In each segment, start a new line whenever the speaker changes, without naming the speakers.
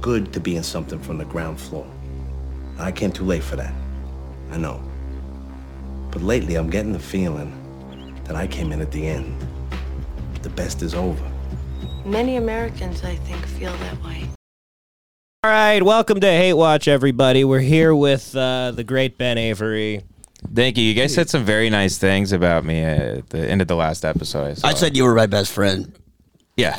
good to be in something from the ground floor. I came too late for that. I know. But lately, I'm getting the feeling that I came in at the end. The best is over.
Many Americans, I think, feel that way.
All right, welcome to Hate Watch, everybody. We're here with uh, the great Ben Avery.
Thank you. You guys said some very nice things about me at the end of the last episode. I, saw.
I said you were my best friend.
yeah.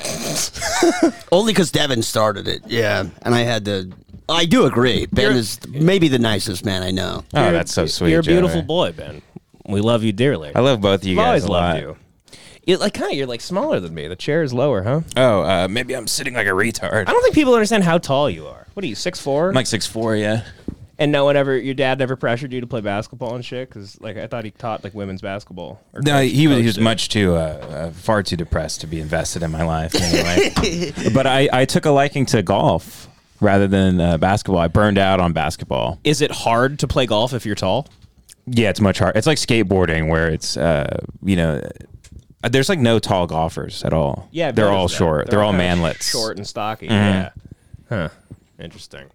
Only because Devin started it. Yeah. And I had to. I do agree. Ben is maybe the nicest man I know.
Oh, that's so sweet.
You're a beautiful
Joey.
boy, Ben. We love you dearly.
I love both of you
I've always
guys a
loved
lot.
you. you. Like, kind of, you're like smaller than me. The chair is lower, huh?
Oh, uh, maybe I'm sitting like a retard.
I don't think people understand how tall you are. What are you, six four?
I'm like six four. Yeah.
and no one ever, your dad never pressured you to play basketball and shit. Because like, I thought he taught like women's basketball. Or
No,
coached-
he was he
coached
was
it.
much too uh, uh, far too depressed to be invested in my life. Anyway. but I I took a liking to golf rather than uh, basketball. I burned out on basketball.
Is it hard to play golf if you're tall?
Yeah, it's much hard. It's like skateboarding where it's uh you know. uh, There's like no tall golfers at all.
Yeah, I've
they're all
noticed that.
short. They're, all
kinda
manlets. Mm-hmm.
short and stocky. Yeah. Huh. Interesting.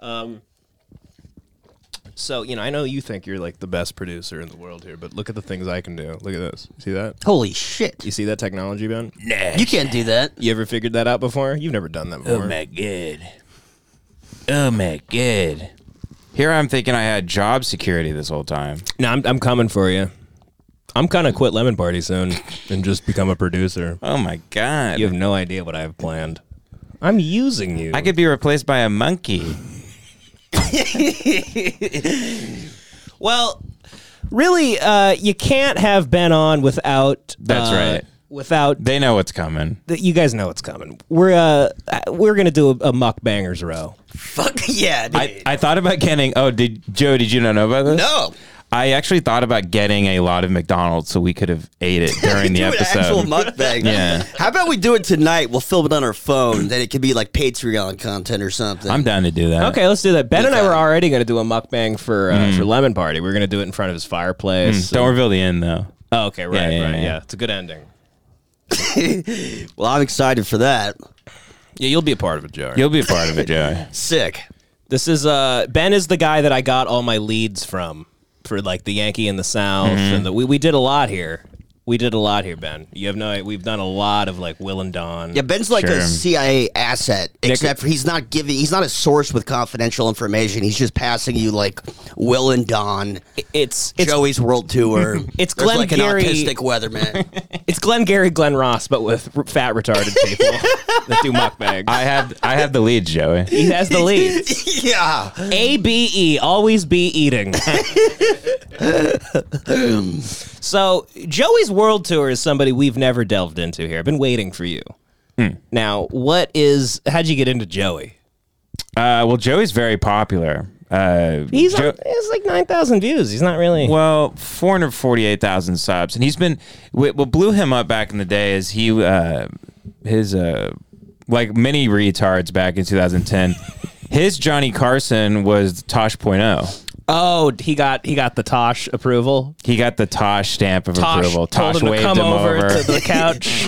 Um. So you know, I know you think you're like the best producer in the world here, but look at the things I can do. Look at this. See that?
Holy shit.
You see that technology, Ben?
You can't do that.
You ever figured that out before? You've never done that before.
god. Oh my god. Here I'm thinking I had job security this whole time.
No, I'm, I'm coming for you. I'm gonna quit Lemon Party soon and just become a producer.
Oh my god.
You have no idea what I have planned. I'm using you.
I could be replaced by a monkey.
Well, really, uh, you can't have Ben on without.
That's
uh,
right.
Without
They know what's coming.
that, you guys know it's coming. We're uh, we're gonna do a, a mukbangers row.
Fuck yeah, dude.
I, I thought about getting oh did Joe, did you not know about this?
no.
I actually thought about getting a lot of McDonald's so we could have ate it during the
do
episode.
An actual mukbang.
Yeah.
How about we do it tonight? We'll film it on our phone. Then it could be like Patreon content or something.
I'm down to do that.
Okay, let's do that. Ben and I were already gonna do a mukbang for uh, for Lemon Party. We were gonna do it in front of his fireplace.
Mm. Don't reveal the end though.
oh, okay, right,
Yeah, yeah,
right, yeah.
yeah.
It's a good ending.
Well, I'm excited for that.
Yeah, you'll be a part of it, Joe.
You'll be a part of it, Joe.
Sick.
This is uh Ben is the guy that I got all my leads from for like the Yankee in the South
Mm-hmm.
and the, we we did a lot here. We did a lot here, Ben. You have no we've done a lot of like Will and Don.
Yeah, Ben's like
Sure.
a CIA asset, except for he's not giving. He's not a source with confidential information. He's just passing you like Will and Don,
It's it's
Joey's World Tour.
It's
There's like an
Glengarry-
autistic weatherman.
it's Glenn Gary, Glenn Ross, but with r- fat retarded people that do mukbangs.
I have I have the lead, Joey.
he has the leads.
yeah,
A B E, always be eating. so Joey's world tour is somebody we've never delved into here. I've been waiting for you.
Hmm.
Now, what is? How'd you get into Joey?
Uh, well, Joey's very popular. Uh,
He's
Jo-
on, it's like nine thousand views. He's not really.
well, four hundred forty-eight thousand subs, and he's been. What what blew him up back in the day is he, uh, his, uh, like many retards back in two thousand ten, his Johnny Carson was Tosh point oh.
oh, he got he got the Tosh approval.
He got the Tosh stamp of
Tosh
approval.
told
Tosh
him to
waved
come
him over,
over to the couch.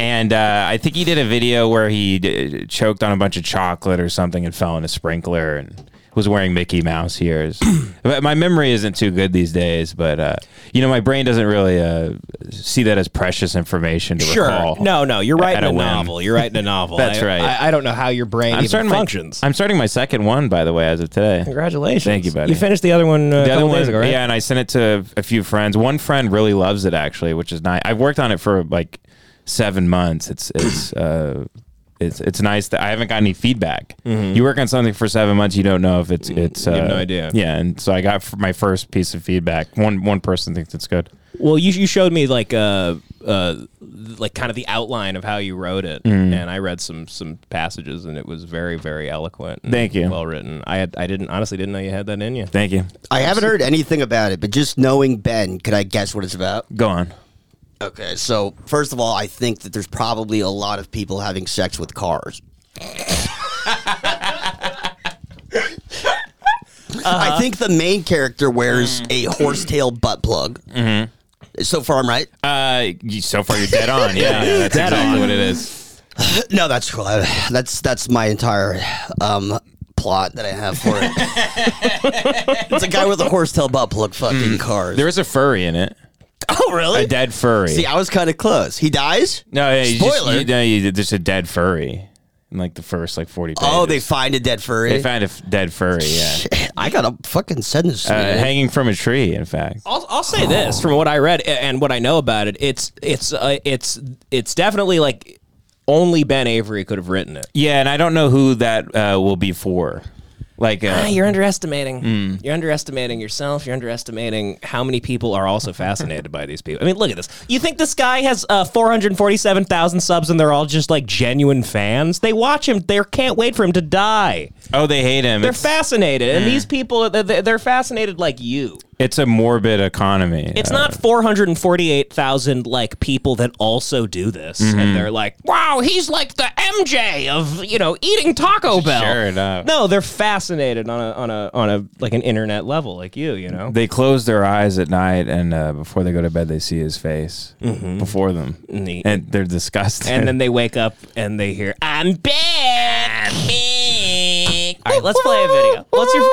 and uh, I think he did a video where he d- choked on a bunch of chocolate or something and fell in a sprinkler and was wearing Mickey Mouse ears. But my memory isn't too good these days, but uh, you know my brain doesn't really uh, see that as precious information to recall.
No, no, you're writing
at
a,
a whim.
novel. You're writing a novel.
That's
I-
right.
I, I don't know how your brain
I'm
even
starting
functions.
My, I'm starting my second one by the way as of today.
Congratulations.
Thank you, buddy.
You finished the other one uh,
The other
couple
one,
days ago, right?
yeah, and I sent it to a few friends. One friend really loves it actually, which is nice. I've worked on it for like seven months. It's it's uh, it's it's nice that I haven't got any feedback. You work on something for seven months, you don't know if it's it's. Uh,
Mm-hmm. you have no idea.
Yeah, and so I got f- my first piece of feedback. One one person thinks it's good.
Well, you, you showed me like uh uh like kind of the outline of how you wrote it,
Mm-hmm.
and I read some some passages, and it was very very eloquent. and
Thank you.
Well written. I had I didn't honestly didn't know you had that in you.
Thank you.
I haven't heard anything about it, but just knowing Ben, could I guess what it's about?
Go on.
Okay, so first of all, I think that there's probably a lot of people having sex with cars. I think the main character wears a horsetail butt plug. Mm. Mm-hmm. So far, I'm right.
Uh, you- so far you're dead on. Yeah, yeah that's
Dead
exactly
on.
what it is.
No, that's cool. I, that's that's my entire um, plot that I have for it. it's a guy with a horsetail butt plug fucking cars.
There is a furry in it.
oh, really?
Mm. A dead furry.
See, I was kind of close. He dies.
no, yeah, you just,
Spoiler.
you, no, you, there's a dead furry in like the first like 40 pages.
oh, they find a dead furry.
They found a f- dead furry, yeah.
Shit, I gotta fucking send this. To
Uh,
you, man.
hanging from a tree, in fact.
I'll, I'll say this from what I read a- and what I know about it. It's it's uh, it's it's definitely like only Ben Avery could have written it.
Yeah, and I don't know who that uh, will be for. Like,
Ah,
uh,
you're underestimating. You're underestimating yourself. You're underestimating how many people are also fascinated by these people. I mean, look at this. You think this guy has uh, 447,000 subs and they're all just like genuine fans? They watch him. They can't wait for him to die.
oh, they hate him.
They're
It's,
fascinated, and these people they- they- they're fascinated like you.
it's a morbid economy.
It's
Uh,
not 448,000 like people that also do this and they're like, "Wow, he's like the MJ of, you know, eating Taco Bell."
Sure enough.
No, they're fascinated on a on a on a like an internet level like you, you know.
They close their eyes at night, and uh, before they go to bed, they see his face before them,
Mm-hmm. Neat.
and they're disgusted.
And then they wake up and they hear, "I'm back." All right, let's play a video. What's your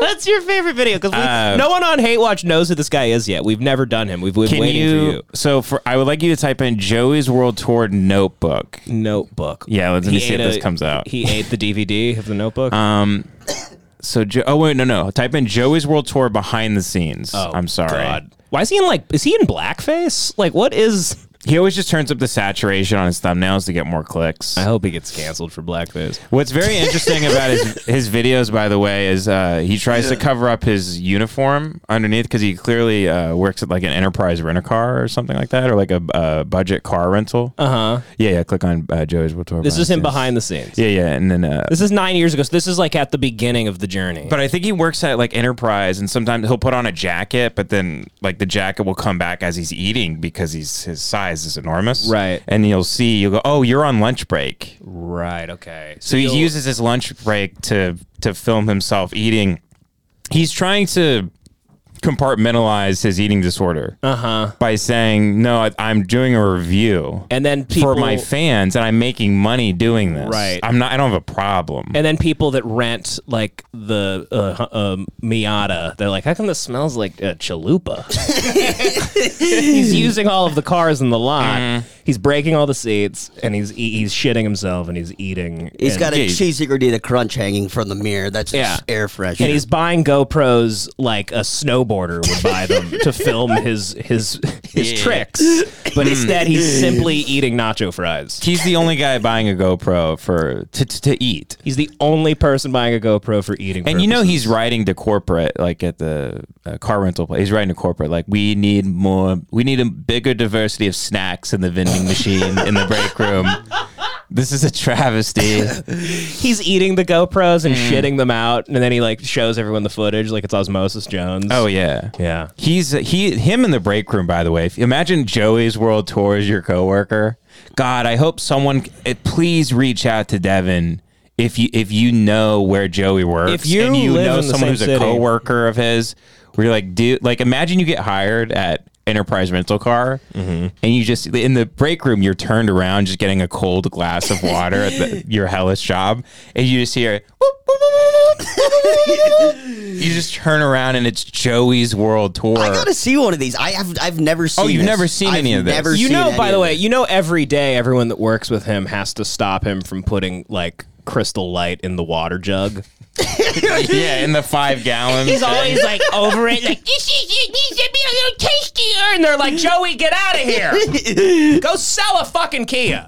What's your favorite video? Because
Uh,
no one on Hate Watch knows who this guy is yet. We've never done him. We've been
can
waiting
you,
for you.
So for I would like you to type in Joey's World Tour Notebook.
Notebook.
Yeah, let's let me
He
see if
ate
this
a-
comes out.
He ate the DVD of the Notebook.
So jo- oh wait, no, no. Type in Joey's World Tour behind the scenes.
Oh,
I'm sorry.
Why is he in like? Is he in blackface? Like, what is?
He always just turns up the saturation on his thumbnails to get more clicks.
I hope he gets canceled for blackface.
What's very interesting about his his videos, by the way, is uh, he tries to cover up his uniform underneath because he clearly uh, works at like an enterprise rent a car or something like that, or like a uh, budget car rental. Uh huh. Yeah, yeah. Click on uh, Joey's World Tour.
Uh-huh. This is him
the scenes.
behind the scenes.
Yeah, yeah, and then. Uh,
This is nine years ago. So this is like at the beginning of the journey.
but I think he works at like Enterprise, and sometimes he'll put on a jacket, but then like the jacket will come back as he's eating because he's his size is enormous,
Right.
And you'll see, you'll go, "Oh, you're on lunch break."
right. Okay.
So he uses his lunch break to to film himself eating. He's trying to compartmentalize his eating disorder uh-huh. by saying, "No, I, I'm doing a review
and then people
for my fans, and I'm making money doing this.
Right.
I'm not. I don't have a problem."
and then people that rent like the uh, hu- um Miata, they're like, "How come this smells like uh, chalupa?" he's using all of the cars in the lot. He's breaking all the seats, and he's e- he's shitting himself, and he's eating.
He's
and-
got a
Yeah.
cheesy gordita crunch hanging from the mirror. That's just
Yeah.
air fresh.
and he's buying GoPros like a snowboarder would buy them to film his his his tricks. But instead, he's simply eating nacho fries.
He's the only guy buying a GoPro for to, to, to eat.
He's the only person buying a GoPro for eating.
And you know
purposes.
he's writing to corporate, like at the uh, car rental place. He's writing to corporate, like we need more, we need a bigger diversity of snacks in the vending machine in the break room. This is a travesty.
he's eating the GoPros and
Mm.
shitting them out, and then he like shows everyone the footage like it's Osmosis Jones.
oh yeah,
Yeah.
He's he him in the break room. By the way, If- imagine Joey's World Tour as your coworker. God, I hope someone eh, please reach out to Devin. If you if you know where Joey works,
If you
and you
live
know
in the
someone
same
who's a
city.
coworker of his, where you're like, dude, like imagine you get hired at Enterprise Rental Car,
Mm-hmm.
and you just in the break room, you're turned around, just getting a cold glass of water at the, your hellish job, and you just hear. "Whoop, whoop, whoop, whoop, whoop, whoop." You just turn around and it's Joey's World Tour.
I gotta see one of these. I have. I've never seen.
Oh, you've
this.
never seen
I've
any of this.
never
You
seen
know,
any
Oh, by
of
the
this.
way, you know every day everyone that works with him has to stop him from putting like crystal light in the water jug.
yeah, in the five gallons.
He's always like over it, like this is it needs to be a little tastier, and they're like, Joey, get out of here, go sell a fucking Kia.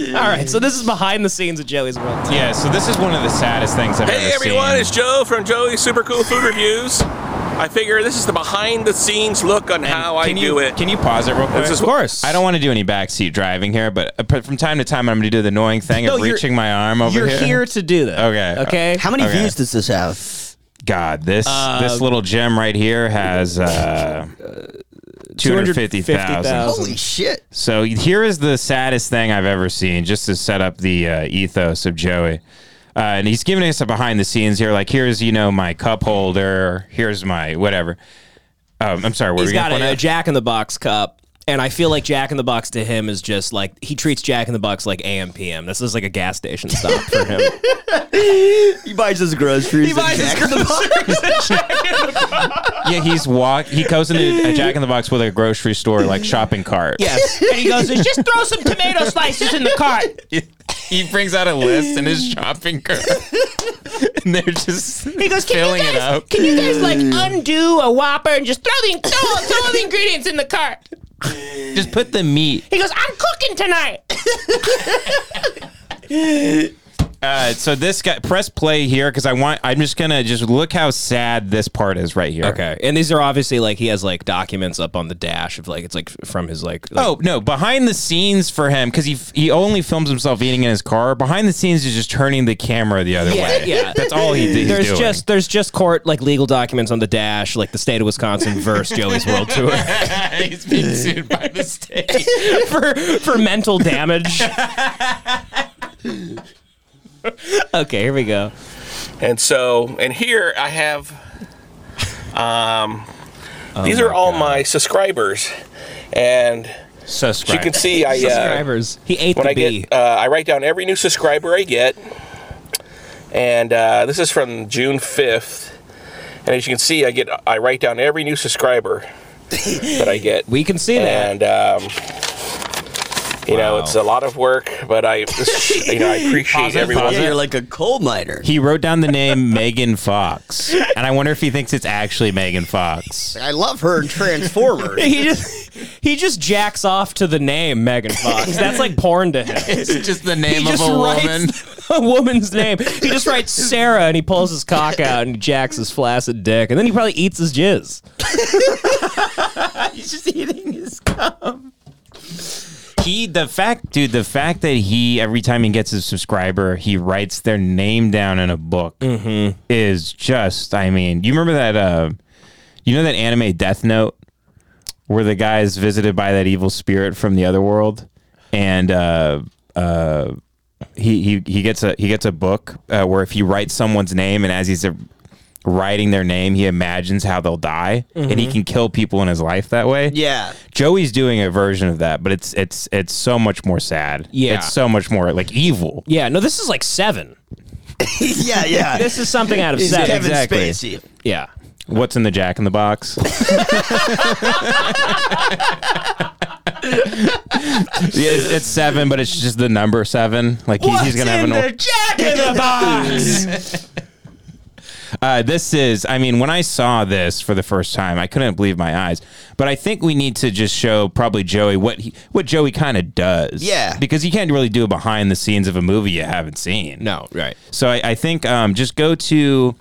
All right, so this is behind the scenes of Joey's World. Tour.
yeah, so this is one of the saddest things I've
Hey
ever
everyone,
seen.
it's Joe from Joey's Super Cool Food Reviews. I figure this is the behind the scenes look on how I
can you,
do it.
Can you pause it real quick?
This is- Of course.
I don't want to do any backseat driving here, but uh, but from time to time I'm going to do the annoying thing
No,
of
you're-
reaching my arm over
You're here to do that.
Okay.
Okay.
How many
Okay.
views does this have?
God, this
Uh,
this little gem right here has uh, 250,000.
250,000.
Holy shit!
So here is the saddest thing I've ever seen, just to set up the uh, ethos of Joey. Uh, and he's giving us a behind the scenes here, like here's you know my cup holder, here's my whatever. Um, I'm sorry, where
He's
we
got a, a Jack in the Box cup. And I feel like Jack in the Box to him is just like he treats Jack in the Box like AM PM. This is like a gas station stop for him.
He buys his groceries. He buys his
Yeah, he's walk. He goes into a Jack in the Box with a grocery store like shopping cart.
yes. And he goes, just throw some tomato slices in the cart.
he brings out a list in his shopping cart, and they're just filling it up.
Can you guys like
Mm.
undo a whopper and just throw the throw, throw the ingredients in the cart?
Just put the meat.
He goes, I'm cooking tonight.
Uh, so this guy, press play here because I want. I'm just gonna just look how sad this part is right here.
Okay. And these are obviously like he has like documents up on the dash of like it's like from his like, like-
Oh no! Behind the scenes for him, because he f- he only films himself eating in his car. Behind the scenes is just turning the camera the other way.
yeah.
that's all he did.
There's just there's just court like legal documents on the dash like the state of Wisconsin versus Joey's World Tour
he's being sued by the state.
for for mental damage. okay, here we go.
And so, and here I have, um,
Oh
these are all my subscribers, and as you
Subscribe.
can see, I uh,
Subscribers. He ate
when
the
I
bee.
get, uh, I write down every new subscriber I get, and uh, this is from June fifth, and as you can see, I get, I write down every new subscriber that I get.
we can see that.
and um, you know it's a lot of work, but I, you know, I appreciate everyone.
Yeah, you're like a coal miner.
He wrote down the name Megan Fox, and I wonder if he thinks it's actually Megan Fox.
I love her in Transformers.
he just he just jacks off to the name Megan Fox. That's like porn to him.
It's just the
He
name
just writes a woman's name. He just writes Sarah and he pulls his cock out and jacks his flaccid dick and then he probably eats his jizz.
He's just eating his cum. He, the fact, dude, the fact that he every time he gets a subscriber, he writes their name down in a book is just. I mean, you remember that? Uh, you know that anime Death Note, where the guy is visited by that evil spirit from the other world, and uh, uh, he he he gets a he gets a book uh, where if he writes someone's name and as he's uh writing their name, he imagines how they'll die, and he can kill people in his life that way.
yeah.
Joey's doing a version of that, but it's it's it's so much more sad.
Yeah.
it's so much more like evil.
Yeah, no, this is like seven.
yeah, yeah.
This is something out of
He's
seven.
Kevin
exactly.
Spacey.
Yeah.
What's in the Jack in the Box? yeah, it's, it's seven, but it's just the number seven. Like he, he's gonna have an. old-
Jack in the box.
Uh, this is, I mean, when I saw this for the first time, I couldn't believe my eyes. But I think we need to just show probably Joey what he, what Joey kind of does.
Yeah.
because you can't really do a behind the scenes of a movie you haven't seen.
no, right.
So I, I think um, just go to.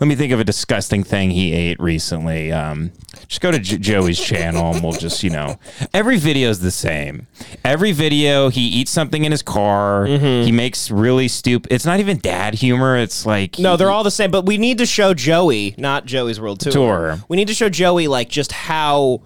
Let me think of a disgusting thing he ate recently. Um, just go to J- Joey's channel and we'll just, you know, every video is the same. Every video, he eats something in his car.
Mm-hmm.
He makes really stupid. It's not even dad humor. It's like
No, they're all the same, but we need to show Joey, not Joey's World Tour.
Tour.
We need to show Joey like just how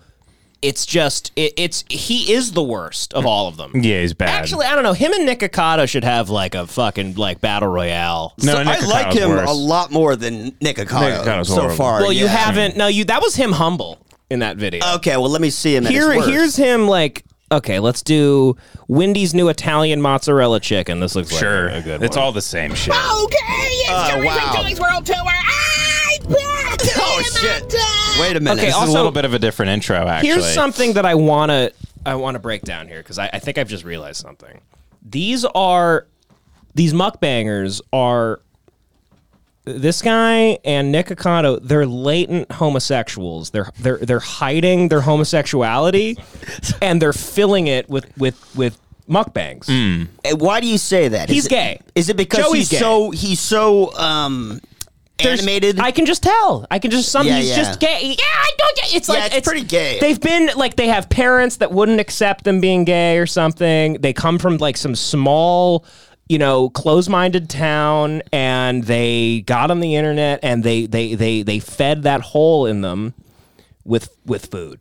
it's just it, it's he is the worst of all of them.
yeah, he's bad.
Actually, I don't know. Him and Nick Akata should have like a fucking like battle royale.
no,
So
Nick
I like
Acato's
him
worse.
a lot more than Nick Accardo
Nick Accardo's
so
horrible.
far.
Well, you
yeah.
haven't. No, you. That was him humble in that video.
Okay, well, let me see him. at his
Here,
worst.
here's him like. Okay, let's do Wendy's new Italian mozzarella chicken. This looks
Sure,
like a good
it's
one.
all the same shit.
Okay, it's
Oh,
Joey
wow.
from Joey's World Tour. I
Oh shit! Wait a minute.
Okay,
This is
also-
a little bit of a different intro. Actually,
Here's something that I wanna I wanna break down here because I, I think I've just realized something. These are these mukbangers are this guy and Nick Akato, they're latent homosexuals. They're they're they're hiding their homosexuality and they're filling it with with with mukbangs.
Uh, Why do you say that? Is
He's
it-
gay.
Is it because
Joey's
he's
gay.
so he's so um
There's-
animated?
I can just tell. I can just some.
Yeah,
he's
yeah.
just gay. Yeah, I don't get. It's
Yeah,
like
it's pretty gay.
They've been like they have parents that wouldn't accept them being gay or something. They come from like some small, you know, close-minded town, and they got on the internet and they they they they fed that hole in them with with food.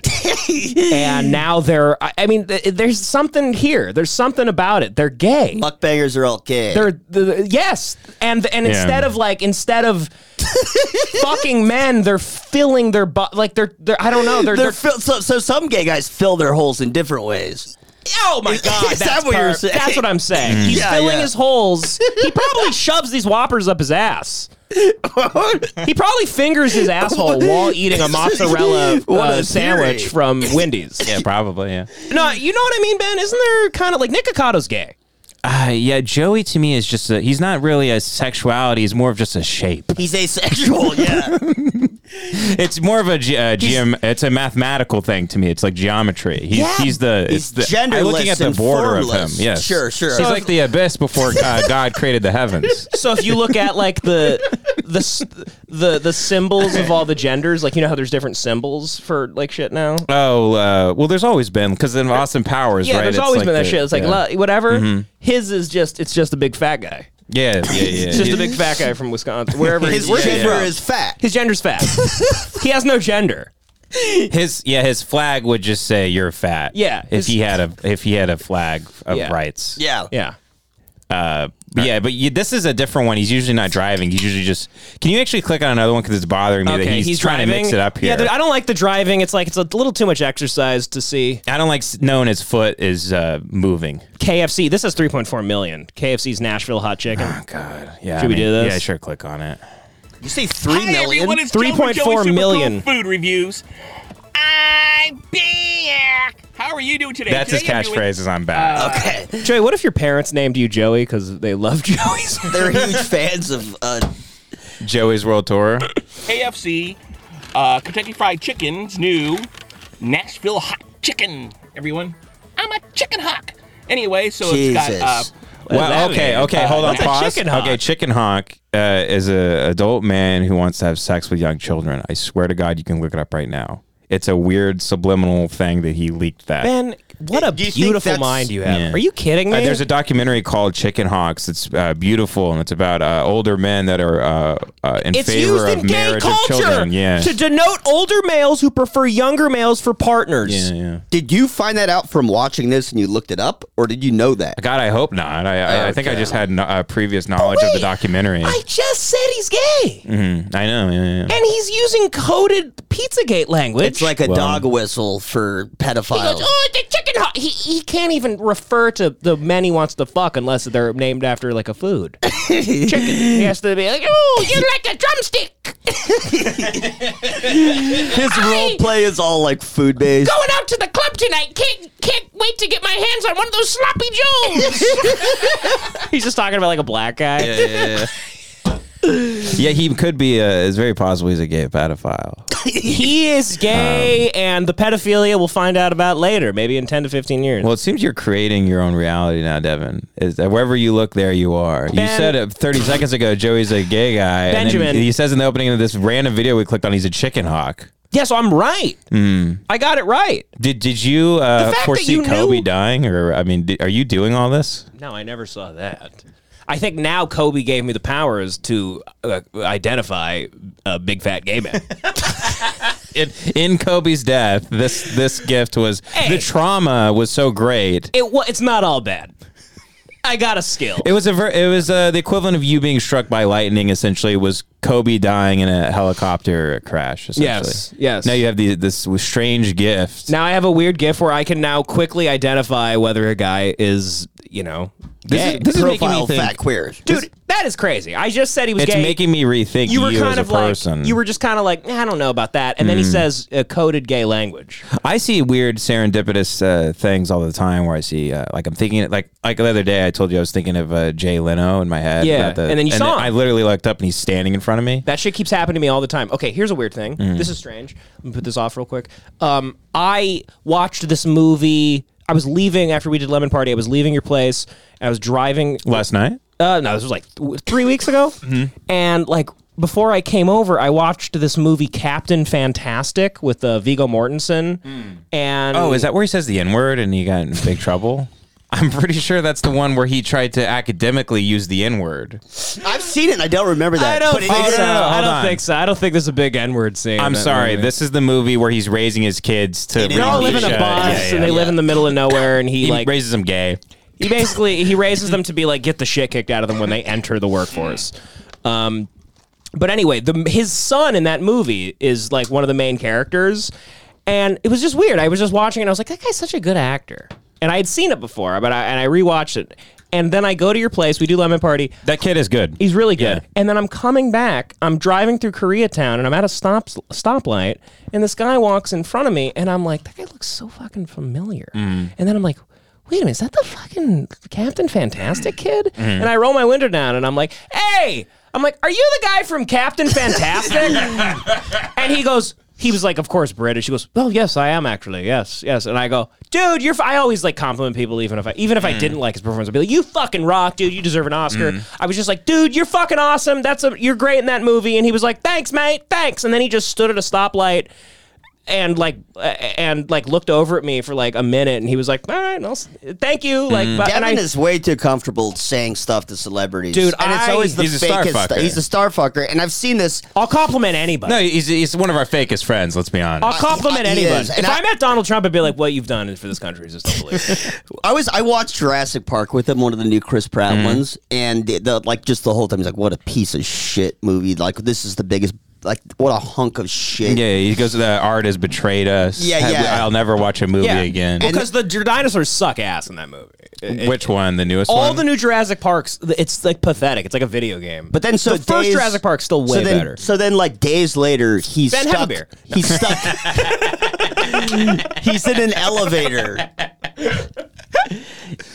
and now they're. I, I mean, th- there's something here. There's something about it. They're gay
Mukbangers are all gay.
they're the, yes and and instead of like instead of fucking men. They're filling their butt like they're they're I don't know. They're,
They're
they're,
fill, so, so some gay guys fill their holes in different ways.
oh my god.
Is that
that's
what you're
per-
saying? Mm.
That's what I'm saying. He's
Yeah,
filling
yeah.
his holes. He probably shoves these whoppers up his ass. He probably fingers his asshole while eating a mozzarella
What
uh,
a
sandwich
theory.
from Wendy's.
Yeah, probably. Yeah.
No, you know what I mean, Ben? Isn't there kind of like Nick Acato's gay?
Uh, yeah. Joey to me is just a, he's not really a sexuality. He's more of just a shape.
He's asexual. Yeah.
It's more of a ge- uh, geom. It's a mathematical thing to me. It's like geometry. He's, he's the
he's
it's the,
genderless
I'm looking at the
and
border
formless.
of him. Yes.
Sure, sure.
He's like the abyss before uh, God created the heavens.
So if you look at like the the s- the the symbols of all the genders, like you know how there's different symbols for like shit now.
Oh uh, well, there's always been because in Austin Powers,
Yeah,
right?
there's
it's
always
like
been that
the-
shit. It's like
yeah. Mm-hmm.
lo- whatever. His is just it's just a big fat guy.
yeah, yeah, yeah.
It's just
yeah.
a big fat guy from Wisconsin, wherever
His
he's
gender
from.
is fat.
His gender's fat. he has no gender.
His yeah, his flag would just say you're fat.
Yeah,
if
his-
he had a if he had a flag of
Yeah.
rights.
Yeah.
Yeah.
But yeah, but you, this is a different one. He's usually not driving. He's usually just. Can you actually click on another one because it's bothering me that he's, trying to mix
driving.
it up here.
Yeah, th- I don't like the driving. It's like it's a little too much exercise to see.
I don't like s- knowing his foot is uh, moving.
KFC. This is 3.4 million. KFC's Nashville hot chicken.
Ah, God, yeah.
Should we do this?
Yeah, sure. Click on it.
You say three
Hi,
million.
everyone. It's
3.4
Joe with Joey
million.
Supercool Food reviews. I'm back. How are you doing today?
That's his
Today I'm doing-
catchphrase. Is I'm back.
okay.
Joey, what if your parents named you Joey because they love Joey's?
They're huge fans of. Uh,
Joey's World Tour.
KFC, uh, Kentucky Fried Chicken's new Nashville Hot Chicken. Everyone, I'm a chicken hawk. Anyway, so it's
Jesus.
got. Uh,
Well,
that
okay,
mean?
okay, hold on,
that's a
pause.
chicken hawk.
Okay, chicken hawk uh, is a adult man who wants to have sex with young children. I swear to God, you can look it up right now. It's a weird subliminal thing that he leaked that.
Ben, what a
Do you think
beautiful
that's-
mind you have.
Yeah.
Are you kidding me?
Uh, there's a documentary called Chicken Hawks. It's uh, beautiful and it's about uh, older men that are uh, uh, in
it's
favor
used
of
in gay
marriage of
culture
children. Yeah.
to denote older males who prefer younger males for
yeah,
partners.
yeah.
did you find that out from watching this and you looked it up, or did you know that?
God, I hope not. I, I, I think I
Okay.
just had no, uh, previous knowledge of the
wait,
documentary.
I just said he's gay,
Mm, I know. Yeah, yeah, yeah.
and he's using coded Pizzagate language.
It's like a dog whistle for
he goes,
pedophiles.
"Oh, the chicken." Ho-. He he can't even refer to the men he wants to fuck unless they're named after like a food. chicken. He has to be like, "Oh, you like a drumstick."
His role play is all like food based.
going out to the club tonight. Can't can't wait to get my hands on one of those sloppy joes.
He's just talking about like a black guy.
yeah, he could be. Uh, it's very possible he's a gay pedophile.
He is gay,
Um,
and the pedophilia we'll find out about later, maybe in 10 to 15 years.
Well, it seems you're creating your own reality now, Devin. Is that wherever you look, there you are. you
Ben-
said it 30 seconds ago. Joey's a gay guy. And
Benjamin.
then he says in the opening of this random video we clicked on, he's a chicken hawk.
yeah, so I'm right.
mm.
I got it right.
Did Did you
The
uh,
fact that
foresee
you
Kobe
knew-
dying, or I mean, di- are you doing all this?
No, I never saw that. I think now Kobe gave me the powers to uh, identify a big fat gay man.
In, in Kobe's death, this this gift was
Hey.
the trauma was so great.
it wa- it's not all bad. I got a skill.
It was a ver- it was uh, the equivalent of you being struck by lightning. Essentially, was Kobe dying in a helicopter crash. Essentially.
Yes, yes.
Now you have the, this strange gift.
now I have a weird gif where I can now quickly identify whether a guy is, you know,
This
gay.
is, this is making me
Profile
think.
fat queers.
Dude, that is crazy. I just said he was
It's
gay.
making me rethink you,
you were kind
as a
of like
person. Hmm.
you were just kind of like "Eh, I don't know about that, and then he says uh, coded gay language.
I see weird serendipitous uh, things all the time. Where I see, uh, like, I'm thinking, like, like the other day, I told you I was thinking of uh, Jay Leno in my head.
Yeah,
about the-
and then you saw him.
I literally looked up, and he's standing in front of me.
That shit keeps happening to me all the time. Okay, here's a weird thing.
Hmm.
This is strange. Let me put this off real quick. Um, I watched this movie. I was leaving after we did Lemon Party. I was leaving your place. I was driving.
Last night,
Uh, no, this was like th- three weeks ago.
Hmm.
And like before I came over, I watched this movie Captain Fantastic with uh, Vigo Mortensen. And
oh, is that where he says the N word and he got in big trouble? I'm pretty sure that's the one where he tried to academically use the N word.
I've seen it. and I don't remember that.
I don't
but it-
think
no, no,
so.
no,
I
hold
don't
on.
think so. I don't think there's a big N word scene. in
I'm
that
sorry.
movie.
This is the movie where he's raising his kids to.
They all
live in a
Yeah,
box
yeah, yeah,
and they
yeah.
live in the middle of nowhere and he,
He
like
raises them gay.
he basically he raises them to be like get the shit kicked out of them when they enter the workforce um But anyway, the his son in that movie is like one of the main characters, and it was just weird. I was just watching it. and I was like, that guy's such a good actor, and I had seen it before, but I and I rewatched it. And then I go to your place. We do lemon party.
That kid is good.
He's really good.
Yeah.
And then I'm coming back. I'm driving through Koreatown, and I'm at a stop stoplight, and this guy walks in front of me, and I'm like, that guy looks so fucking familiar. And then I'm like. Wait a minute, is that the fucking Captain Fantastic kid? And I roll my window down and I'm like, hey, I'm like, are you the guy from Captain Fantastic? and he goes, he was like, of course, British. He goes, oh yes, I am actually, yes, yes. And I go, dude, you're. F-. I always like compliment people, even if I, even if
Mm.
I didn't like his performance, I'd be like, you fucking rock, dude. You deserve an Oscar. I was just like, dude, you're fucking awesome. That's a, you're great in that movie. And he was like, thanks, mate, thanks. And then he just stood at a stoplight. And like, uh, and like, looked over at me for like a minute, and he was like, "All right, I'll s- thank you." Like, but, and
Mm. Devin
I,
is way too comfortable saying stuff to celebrities,
Dude,
And it's
I-
always the
He's a star
fakest.
fucker.
stu- he's a star fucker, and I've seen this.
I'll compliment anybody.
No, he's, he's one of our fakest friends. Let's be honest.
I'll compliment
he
anybody.
is,
If
and I-
I, met Donald Trump, I'd be like, "What you've done for this country is just unbelievable."
I was I watched Jurassic Park with him, one of the new Chris Pratt
Mm-hmm.
ones, and the, the like just the whole time he's like, "What a piece of shit movie! Like this is the biggest, like what a hunk of shit."
yeah, he goes. The art has betrayed us.
Yeah,
I-
yeah.
I'll never watch a movie again.
because the d- dinosaurs suck ass in that movie. It-
Which one? The newest
all
one.
the new Jurassic Parks, th- it's like pathetic. It's like a video game.
But then,
the
so
first
days-
Jurassic Park's still way
so then,
better.
So then, like days later, he's
Ben, have a
stuck.
beer.
He's stuck. he's in an elevator.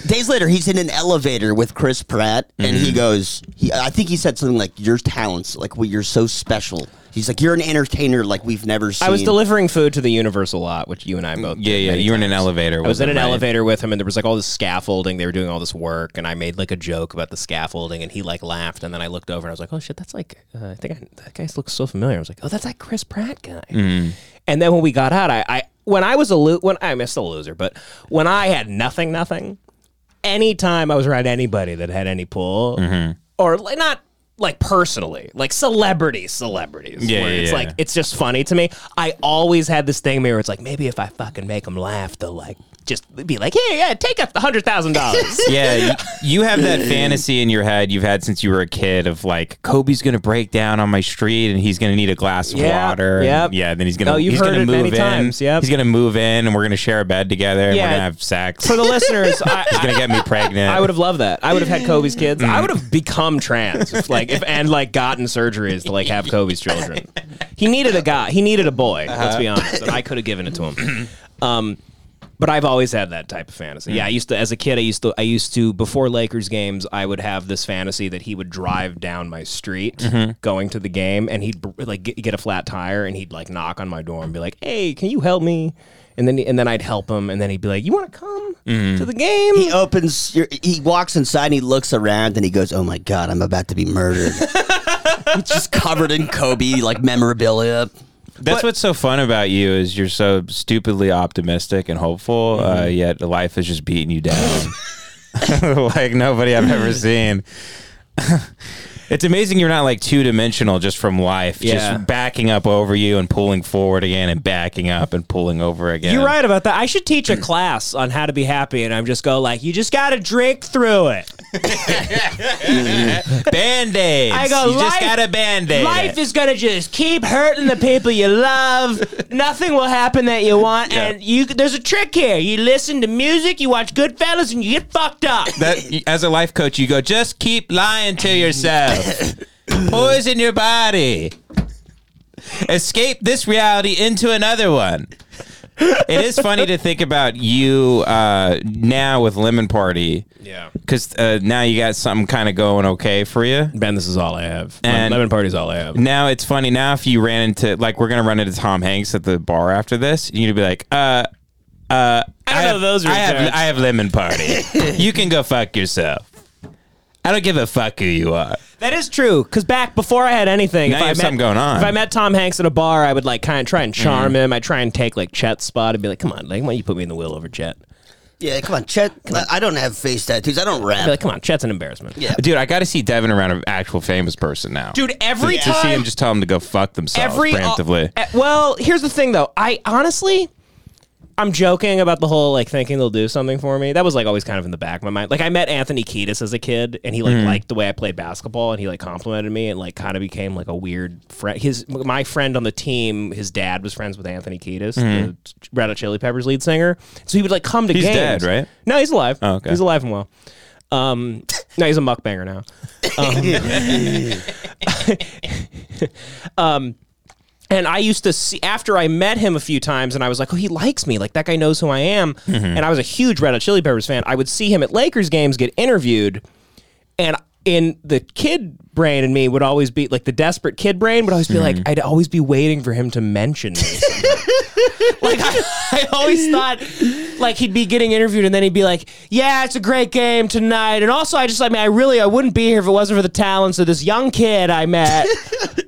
Days later, he's in an elevator with Chris Pratt, and
Mm-hmm.
he goes. He, I think he said something like, "Your talents, like, well, you're so special." He's like, "You're an entertainer, like we've never seen."
I was delivering food to the Universal lot, which you and I both.
Mm, Yeah,
did
yeah.
many
You were in an
times.
elevator.
I was in an
right?
elevator with him, and there was like all this scaffolding. They were doing all this work, and I made like a joke about the scaffolding, and he like laughed. And then I looked over, and I was like, "Oh shit, that's like uh, I think I, that guy looks so familiar." I was like, "Oh, that's that Chris Pratt guy." And then when we got out, I, I when I was a lo- when I'm still a loser, but when I had nothing, nothing, anytime I was around anybody that had any pull,
Mm-hmm.
or like not like personally, like celebrities, celebrities.
Yeah,
where
yeah,
it's
yeah.
like it's just funny to me. I always had this thing where it's like maybe if I fucking make them laugh, they'll like just be like, here, yeah, take up the hundred thousand dollars.
yeah, y- you have that fantasy in your head you've had since you were a kid of like Kobe's gonna break down on my street and he's gonna need a glass of
Yeah,
water. and
yep.
Yeah, then he's gonna
Oh, you've
he's
heard
gonna
it
move
many
in.
times, yep.
He's gonna move in and we're gonna share a bed together and
Yeah.
we're gonna have sex.
For the listeners, I,
he's gonna get me pregnant.
I would have loved that. I would have had Kobe's kids. I would have become trans, if, like if and like gotten surgeries to like have Kobe's children. He needed a guy. He needed a boy. Let's be honest. And I could have given it to him. Um, but I've always had that type of fantasy. Yeah, I used to as a kid. I used to. I used to before Lakers games. I would have this fantasy that he would drive down my street going to the game, and he'd br- like get, get a flat tire, and he'd like knock on my door and be like, "Hey, can you help me?" And then and then I'd help him, and then he'd be like, "You want to come to the game?"
He opens. Your, he walks inside and he looks around and he goes, "Oh my god, I'm about to be murdered." it's just covered in Kobe like memorabilia.
That's what's so fun about you is you're so stupidly optimistic and hopeful, uh,
Mm-hmm.
yet life is just beating you down like nobody I've ever seen. it's amazing you're not like two dimensional just from life,
Yeah.
just backing up over you and pulling forward again and backing up and pulling over again.
You're right about that. I should teach a class on how to be happy, and I'm just go like, you just gotta drink through it.
Band aids.
I go,
you
"Life-
just got a band aid.
Life is gonna just keep hurting the people you love. Nothing will happen that you want, and you there's a trick here. You listen to music, you watch Goodfellas, and you get fucked up.
that as a life coach, you go, just keep lying to yourself. Poison your body. Escape this reality into another one. It is funny to think about you uh, now with Lemon Party.
Yeah.
Because uh, now you got something kind of going okay for you.
Ben, this is all I have.
And- Lemon
party's all I have.
Now it's funny. Now if you ran into like we're gonna run into Tom Hanks at the bar after this, you'd be like, uh, uh, I
know those
I have,
retards.
I have lemon party. you can go fuck yourself. I don't give a fuck who you are.
That is true. Because back before I had anything,
Now
if
you
I
have
met,
something going on.
If I met Tom Hanks at a bar, I would like kind of try and charm him. I try and take like Chet's spot and be like, "Come on, like, why don't you put me in the wheel over Chet?"
Yeah, come on, Chet. I, I don't have face tattoos. I don't
I'd be
rap.
like, "Come on, Chet's an embarrassment."
Yeah.
Dude, I got to see Devin around an actual famous person now,
Dude, every
To, to
time
see him, just tell him to go fuck themselves
every eh,
preemptively.
uh, uh, well, here's the thing though. I honestly I'm joking about the whole like thinking they'll do something for me. That was like always kind of in the back of my mind. Like I met Anthony Kiedis as a kid, and he like
Mm-hmm.
liked the way I played basketball, and he like complimented me, and like kind of became like a weird friend. His my friend on the team, his dad was friends with Anthony Kiedis, the Red Hot Chili Peppers lead singer. So he would like come to
Mm-hmm. He's
games.
dead, right?
No, he's alive.
Oh, okay.
He's alive and well. Um, no, he's a muckbanger now. Um, And I used to see after I met him a few times, and I was like, "Oh, he likes me. Like that guy knows who I am."
Mm-hmm.
And I was a huge Red Hot Chili Peppers fan. I would see him at Lakers games get interviewed, and in the kid brain in me would always be like the desperate kid brain would always be
Mm-hmm.
like, I'd always be waiting for him to mention me. somehow. like I, I always thought, like he'd be getting interviewed, and then he'd be like, "Yeah, it's a great game tonight." And also, I just, I mean, I really, I wouldn't be here if it wasn't for the talents of this young kid I met.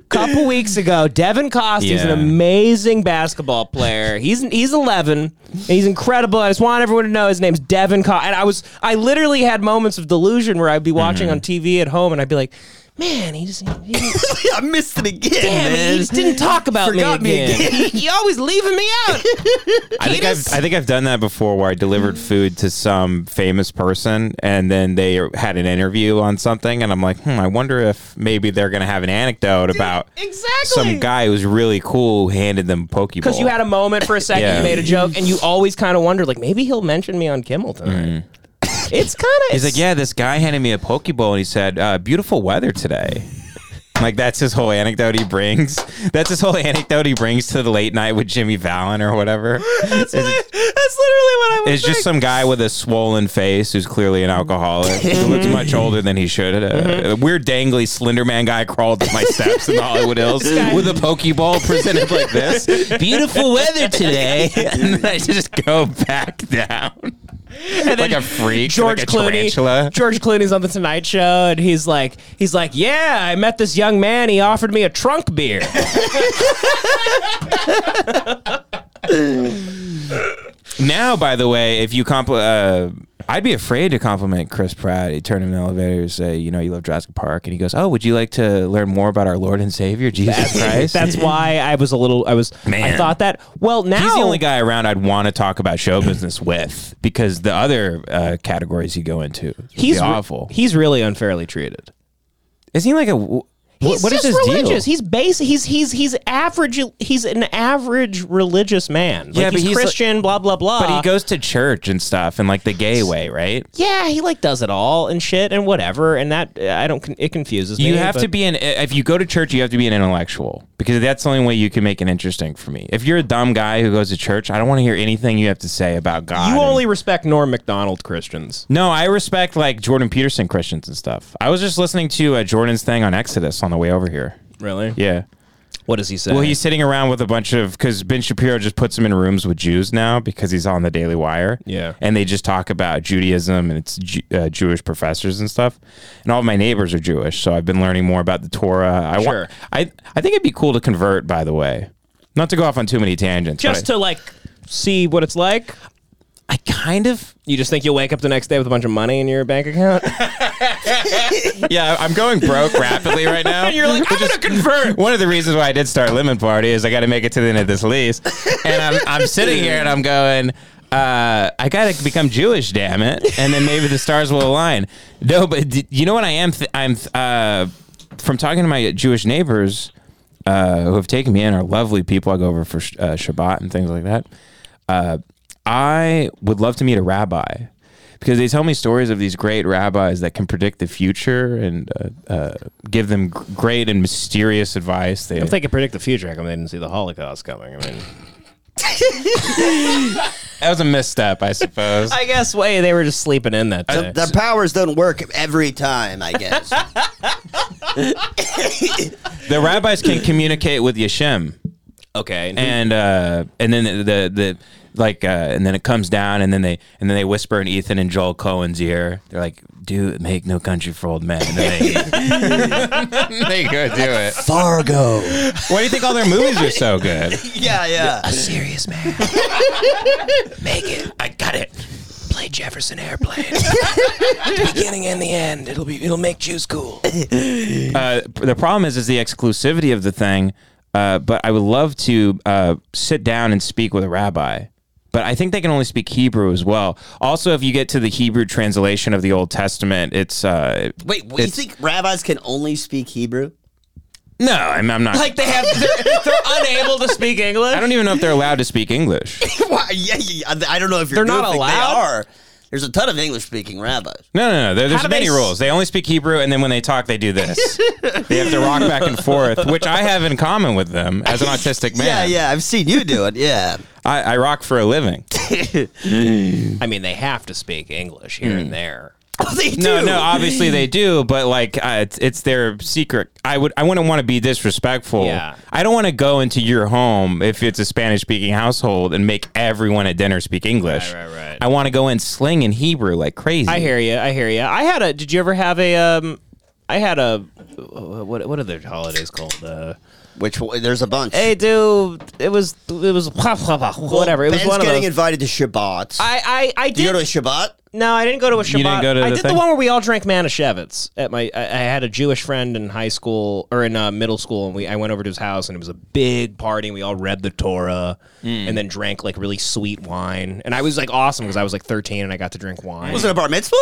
couple weeks ago, Devin Costi's an
Yeah.
amazing basketball player. He's he's 11. And he's incredible. I just want everyone to know his name's Devin Cost. And I was I literally had moments of delusion where I'd be watching
Mm-hmm.
on TV at home and I'd be like, man, he just. He just
I missed it again,
Damn,
man.
he just didn't talk about
Forgot
me
me
again. He- you always leaving me out.
I think I've I think I've done that before, where I delivered food to some famous person, and then they had an interview on something, and I'm like, hmm, I wonder if maybe they're gonna have an anecdote about
exactly.
some guy who's really cool who handed them Pokeball.
Because you had a moment for a second,
Yeah.
you made a joke, and you always kind of wonder, like, maybe he'll mention me on Kimmel tonight. It's kind of.
Mm-hmm. He's like, yeah, this guy handed me a Pokeball, and he said, uh, "Beautiful weather today." Like that's his whole anecdote he brings. That's his whole anecdote he brings to the late night with Jimmy Fallon or whatever. That's
That's literally what I was.
It's just some guy with a swollen face who's clearly an alcoholic. who looks much older than he should. A,
Mm-hmm.
a weird, dangly, slender man guy crawled up my steps in the Hollywood Hills with a pokeball presented like this. Beautiful weather today. and then I just go back down. like a freak,
George
like a
Clooney.
tarantula.
George Clooney's on the Tonight Show, and he's like, he's like, yeah, I met this young man. He offered me a trunk beer.
Now, by the way, if you compliment, uh, I'd be afraid to compliment Chris Pratt. You turn him in the elevator, say, you know, you love Jurassic Park, and he goes, "Oh, would you like to learn more about our Lord and Savior Jesus Christ?"
That's why I was a little. I was. I
Man.
thought that. Well, now
He's the only guy around I'd want to talk about show business with because the other uh, categories you go into,
he's
he's
re-
awful.
he's really unfairly treated.
Is he like a? wh-
He's
what is
just
his
religious.
deal?
He's base. He's he's he's average. He's an average religious man. Like,
Yeah, but
he's,
he's like-
Christian. blah blah blah.
But he goes to church and stuff, and like the gay way, right?
yeah, he like does it all and shit and whatever. And that I don't. con- It confuses me.
You have
but-
to be an. If you go to church, you have to be an intellectual because that's the only way you can make it interesting for me. If you're a dumb guy who goes to church, I don't want to hear anything you have to say about God.
You
and-
only respect Norm Macdonald Christians.
No, I respect like Jordan Peterson Christians and stuff. I was just listening to uh, Jordan's thing on Exodus on the way over here.
Really?
Yeah.
What does he say?
Well, he's sitting around with a bunch of because Ben Shapiro just puts him in rooms with Jews now because he's on the Daily Wire.
Yeah.
and they just talk about Judaism and it's Ju- uh, Jewish professors and stuff. And all of my neighbors are Jewish, so I've been learning more about the Torah. I
Sure.
want. I I think it'd be cool to convert. By the way, not to go off on too many tangents.
just
but
to like see what it's like.
I, I kind of.
You just think you'll wake up the next day with a bunch of money in your bank account.
Yeah, I'm going broke rapidly right now.
You're like, I'm gonna convert.
one of the reasons why I did start Lemon Party is I got to make it to the end of this lease, and I'm I'm sitting here and I'm going. Uh, I gotta become Jewish, damn it, and then maybe the stars will align. No, but d- you know what? I am. Th- I'm th- uh, from talking to my Jewish neighbors uh, who have taken me in are lovely people. I go over for sh- uh, Shabbat and things like that. Uh, I would love to meet a rabbi because they tell me stories of these great rabbis that can predict the future and uh, uh, give them gr- great and mysterious advice. They,
If they could predict the future, I mean, they didn't see the Holocaust coming. I mean,
that was a misstep, I suppose.
I guess way they were just sleeping in that day.
Their powers don't work every time, I guess.
the rabbis can communicate with Yeshem.
okay,
and uh, and then the the, the like uh, and then it comes down and then they and then they whisper in Ethan and Joel Cohen's ear. They're like, "Do make no country for old men." And then they, they go do it.
Fargo.
Why do you think all their movies are so good?
Yeah, yeah.
serious man, make it.
I got it.
Play Jefferson Airplane. beginning and the end. It'll be. It'll make Jews cool.
Uh, the problem is is the exclusivity of the thing. Uh, but I would love to uh, sit down and speak with a rabbi but I think they can only speak Hebrew as well. Also, if you get to the Hebrew translation of the Old Testament, it's uh,
Wait, what, you
It's-
think rabbis can only speak Hebrew?
no, I'm, I'm not.
Like they have, they're, they're unable to speak English.
I don't even know if they're allowed to speak English.
Why? Yeah, yeah, yeah. I don't know if
They're
you're
not
goofing.
allowed?
They are. There's a ton of English speaking rabbis.
No, no, no. There,
How
there's
do they
many
s-
rules. They only speak Hebrew, and then when they talk, they do this. they have to rock back and forth, which I have in common with them as an autistic man.
Yeah, yeah. I've seen you do it. Yeah.
I, I rock for a living.
I mean, they have to speak English here and there.
they do.
No, no, obviously they do, but like uh, it's, it's their secret. I would, I wouldn't want to be disrespectful.
Yeah.
I don't want to go into your home if it's a Spanish-speaking household and make everyone at dinner speak English.
Right, right, right.
I want to go and sling in Hebrew like crazy.
I hear you. I hear you. I had a. Did you ever have a? Um, I had a. What what are the holidays called? Uh,
Which one- there's a bunch.
hey, dude. It was it was whatever. It was
Ben's
one of
getting
those.
invited to Shabbat.
I I I
do you
did.
go to a Shabbat?
no, I didn't go to a Shabbat.
didn't go to
I
the
did the
thing?
one where we all drank Manischewitz at my. I, I had a Jewish friend in high school or in uh, middle school, and we I went over to his house, and it was a big party, and we all read the Torah,
Hmm.
and then drank like really sweet wine, and I was like awesome because I was like 13 and I got to drink wine.
Was it a bar mitzvah?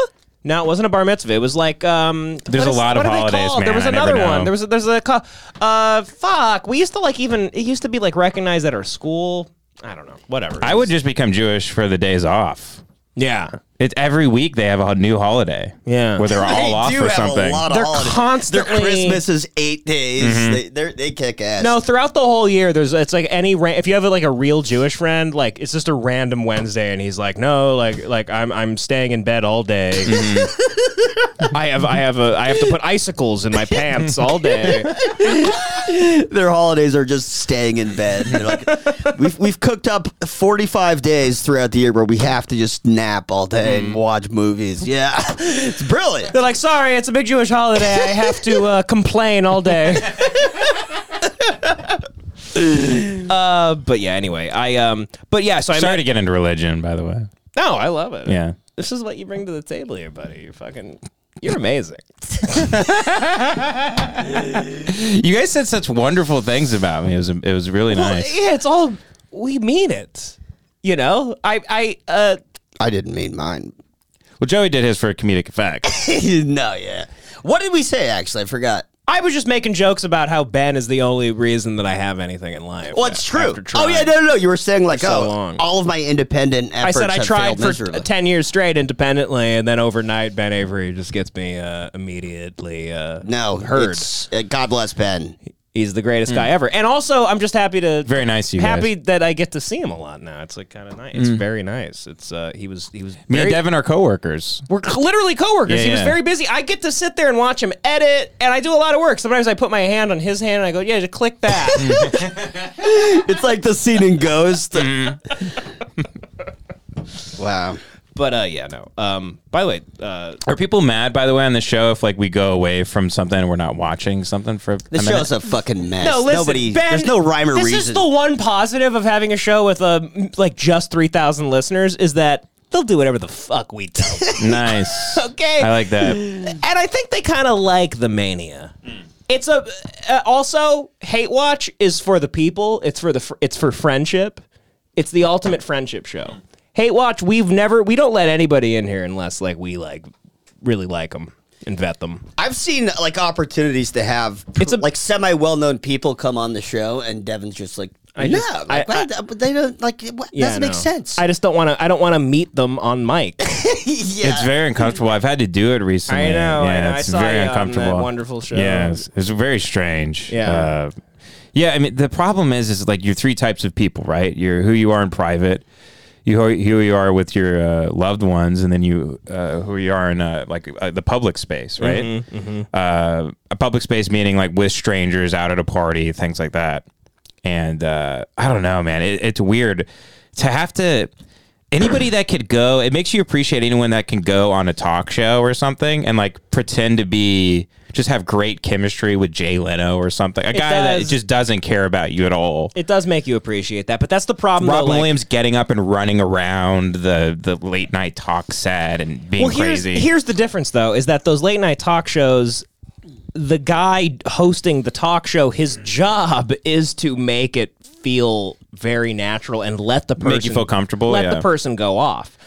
No, it wasn't a bar mitzvah. It was like um.
There's
what
a lot of
what are they
holidays,
called? There
man.
was
I never
another
know.
one. There was a, there's a co- uh fuck. We used to like even it used to be like recognized at our school. I don't know. Whatever.
I would just become Jewish for the days off.
Yeah.
It's every week they have a new holiday.
Yeah.
Where they're all
They
off
do
or
have
something.
A lot of
They're
holidays.
constantly-
Their Christmas is eight days. They they're, they kick ass.
No, throughout the whole year, there's it's like any ra- if you have like a real Jewish friend, like it's just a random Wednesday, and he's like, no, like like I'm I'm staying in bed all day. Mm-hmm. I have I have a I have to put icicles in my pants all day.
their holidays are just staying in bed. They're like, we've we've cooked up forty five days throughout the year where we have to just nap all day and watch movies. Yeah, it's brilliant.
They're like, sorry, it's a big Jewish holiday. I have to uh, complain all day. uh, but yeah. Anyway, I um. But yeah. So I
Sorry to
started.
get into religion, by the way.
No, I love it.
Yeah.
This is what you bring to the table here, buddy. You fucking. You're amazing.
You guys said such wonderful things about me. It was it was really nice.
Yeah, it's all we mean it. You know, I I uh
I didn't mean mine.
Well, Joey did his for comedic effect.
no, yeah. What did we say? Actually, I forgot.
I was just making jokes about how Ben is the only reason that I have anything in life.
Well, it's true.
After
Oh
trying.
yeah, no, no, no. You were saying like,
so
oh,
long.
all of my independent
I
efforts.
said I
have
tried
failed
for
miserably.
ten years straight independently, and then overnight Ben Avery just gets me uh, immediately. Uh,
No,
heard.
it's- uh, God bless Ben.
He's the greatest guy ever, and also I'm just happy to
Hmm. Very nice, you
happy
guys. Hmm.
that I get to see him a lot now. It's like kind of nice. It's very nice. It's uh, he was he was
Me and
very,
Devin are coworkers.
We're c- literally coworkers.
Yeah,
he was
yeah.
very busy. I get to sit there and watch him edit, and I do a lot of work. Sometimes I put my hand on his hand and I go, "Yeah, just click
Hmm.
that."
It's like the scene in Ghost. wow.
but uh, yeah, no. Um, by the way, uh,
Are people mad, by the way, on the show if like we go away from something and we're not watching something for
The
a minute?
show's a fucking mess.
No, listen,
Nobody,
Ben,
there's no rhyme or
this
reason.
is the one positive of having a show with uh, m- like just three thousand listeners is that they'll do whatever the fuck we tell. them.
nice.
Okay.
I like that.
and I think they kind of like the mania. Mm. It's a uh, also hate watch is for the people. It's for the fr- it's for friendship. It's the ultimate friendship show. Hate watch. We've never we don't let anybody in here unless like we like really like them and vet them.
I've seen like opportunities to have
It's a-
like semi well known people come on the show, and Devin's just like, no,
just-
like,
I-
what? But they don't like. it- What? doesn't
no.
make sense.
I just don't want to. I don't want to meet them on mic.
yeah.
It's very uncomfortable. I've had to do it recently.
I know,
Yeah,
I know. I
it's
saw
very
you on that
uncomfortable.
wonderful show.
Yeah, it's, it's very strange.
Yeah.
Uh, yeah, I mean the problem is is like you're three types of people, right? You're who you are in private, you who who you are with your uh, loved ones, and then you uh, who you are in uh, like uh, the public space, right?
Mm-hmm.
Uh, a public space meaning like with strangers out at a party, things like that. And uh, I don't know, man. It, it's weird to have to. Anybody that could go, it makes you appreciate anyone that can go on a talk show or something and like pretend to be just have great chemistry with Jay Leno or something. A guy that
does.
just doesn't care about you at all.
it does make you appreciate that, but that's the problem.
Robin
though, like-
Williams getting up and running around the the late night talk set and being
here's,
crazy.
Here's the difference, though, is that those late night talk shows, the guy hosting the talk show, his job is to make it feel very natural and let the person
Make you feel comfortable,
Let
yeah.
the person go off.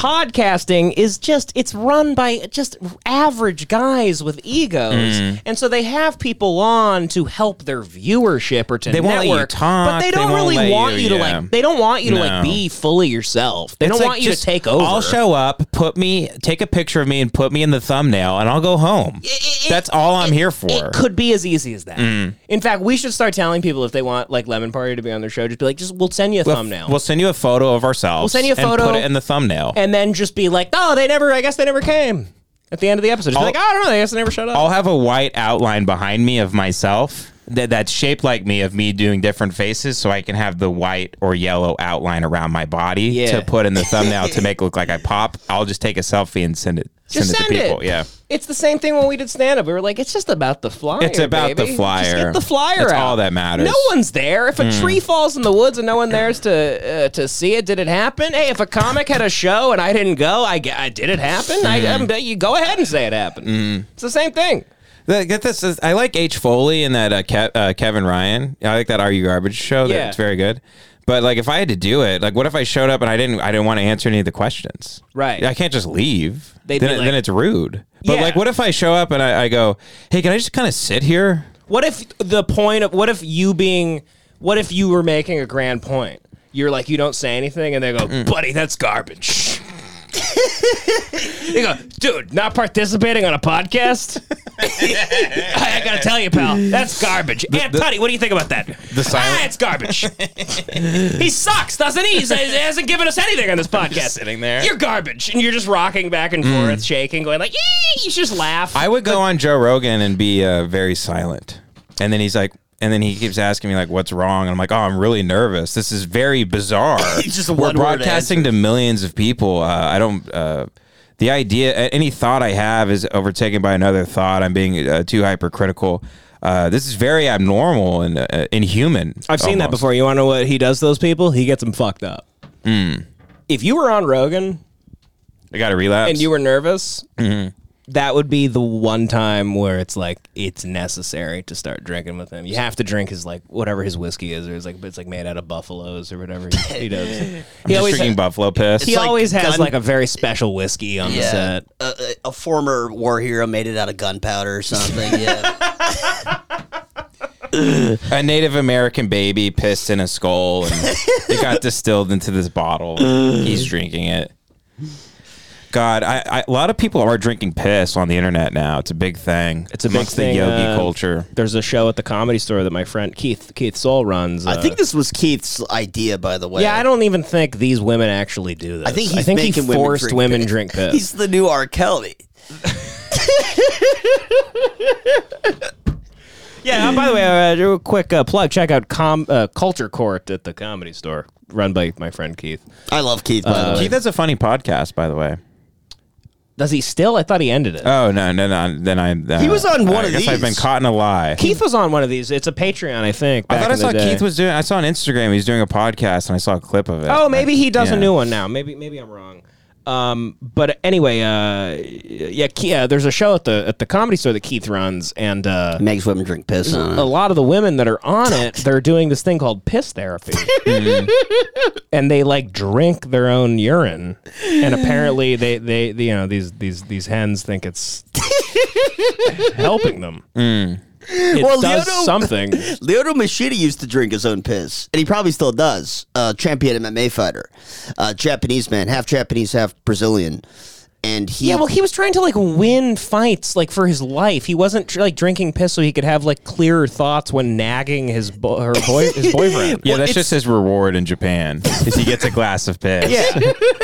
Podcasting is just it's run by just average guys with egos,
Mm.
and so they have people on to help their viewership or to
They won't let
network.
you
but
talk,
they
they
don't
won't
really
let
want you,
you-
to
yeah.
like. They don't want you to
No.
like be fully yourself. They don't
It's like,
want you to
just,
take over.
I'll show up, put me, take a picture of me, and put me in the thumbnail, and I'll go home.
it-
That's all I'm here for.
It could be as easy as that.
Mm.
In fact, we should start telling people if they want like Lemon Party to be on their show, just be like, just we'll send you a
we'll,
thumbnail,
We'll send you a photo of ourselves.
We'll send you a photo-
and put it in the thumbnail.
and then just be like, oh, they never. I guess they never came at the end of the episode. Just be
I'll-
like, oh, I don't know. I guess they never showed up.
I'll have a white outline behind me of myself that that's shaped like me of me doing different faces, so I can have the white or yellow outline around my body
Yeah.
to put in the thumbnail to make it look like I pop. I'll just take a selfie and send it.
just
send it
send
to people.
it.
Yeah.
it's the same thing when we did stand up. We were like, it's just about the flyer.
It's about the
baby. Just
flyer.
get the flyer.
That's
out.
all that matters. Hmm.
No one's there. If a tree falls in the woods and no one there's to uh, to see it, did it happen? Hey, if a comic had a show and I didn't go, I, g- I- did it happen. I,
Hmm.
I bet you go ahead and say it happened. It's the same thing.
Th- Get this. is- I like H Foley and that uh, Ke- uh, Kevin Ryan. I like that Are You Garbage show. That
Yeah.
It's very good. But like, if I had to do it, like, what if I showed up and I didn't, I didn't want to answer any of the questions?
Right.
I can't just leave.
They'd
then,
be
it-
like-
then it's rude. But
Yeah.
like, what if I show up and I, I go, "Hey, can I just kind of sit here?"
What if the point of what if you being what if you were making a grand point? You're like you don't say anything, and they go,
Mm.
"Buddy, that's garbage." you go, dude, not participating on a podcast. I, I gotta tell you, pal, that's garbage. Aunt Tutty, what do you think about that? The
silent-
ah, it's garbage. he sucks, doesn't he? He's- He hasn't given us anything on this podcast.
sitting there. Mm.
you're garbage, and you're just rocking back and forth, shaking, going like, "Yee!" you should just laugh.
I would go on Joe Rogan and be uh, very silent, and then he's like. And then he keeps asking me like, "What's wrong?" And I'm like, "Oh, I'm really nervous. This is very bizarre."
It's just a
We're
one-word
broadcasting to millions of people. Uh, I don't. Uh, the idea, a- any thought I have, is overtaken by another thought. I'm being uh, too hypercritical. Uh, this is very abnormal and uh, inhuman.
I've seen that
almost.
before. You want to know what he does to those people? He gets them fucked up. If you were on Rogan
I got a relapse.
and you were nervous, that would be the one time where it's like it's necessary to start drinking with him. You have to drink his like whatever his whiskey is, or it's like it's like made out of buffaloes or whatever he, he does. he
just
always
drinking buffalo piss.
he
It's like
always has
gun-
like a very special whiskey on the
Yeah,
set.
a, a- a former war hero made it out of gunpowder or something. Yeah,
a Native American baby pissed in a skull and it got distilled into this bottle.
Mm.
He's drinking it. God, I, I, a lot of people are drinking piss on the internet now. It's a big thing.
It's a big
amongst
thing,
the yogi
uh,
culture.
There's a show at the comedy store that my friend Keith Keith Soul runs.
I
uh,
think this was Keith's idea, by the way.
yeah, I don't even think these women actually do this.
I think he's
I think he
making women
forced
drink
women
piss.
drink piss.
He's the new R. Kelly.
Yeah. uh, by the way, uh, do a quick uh, plug. Check out com- uh, Culture Court at the Comedy Store, run by my friend Keith.
I love Keith. By
Uh,
the way.
Keith, that's a funny podcast, by the way.
Does he still? I thought he ended it.
Oh no, no, no! Then I uh,
He was on one
I
of
guess I've been
these.
caught in a lie.
Keith was on one of these. It's a Patreon, I think.
I
back
thought I
in the
saw
day.
Keith was doing. I saw on Instagram he's doing a podcast, and I saw a clip of it.
Oh, maybe he does
Yeah.
a new one now. Maybe maybe I'm wrong. Um, but anyway, uh, yeah, Ke- yeah, there's a show at the at the comedy store that Keith runs, and uh,
makes women drink piss. on
a
it.
lot of the women that are on it, they're doing this thing called piss therapy. Mm-hmm. and they like drink their own urine. And apparently they, they, you know, these these these hens think it's helping them. Mm. It
Well,
does
Leonardo-
something.
Leonardo Machida used to drink his own piss, and he probably still does. Uh, champion MMA fighter, uh, Japanese man, half Japanese, half Brazilian, and he
Yeah, well, he was trying to like win fights like for his life. He wasn't tr- like drinking piss so he could have like clearer thoughts when nagging his bo- her boy- his boyfriend.
Yeah, that's just his reward in Japan. Is he gets a glass of piss. Yeah.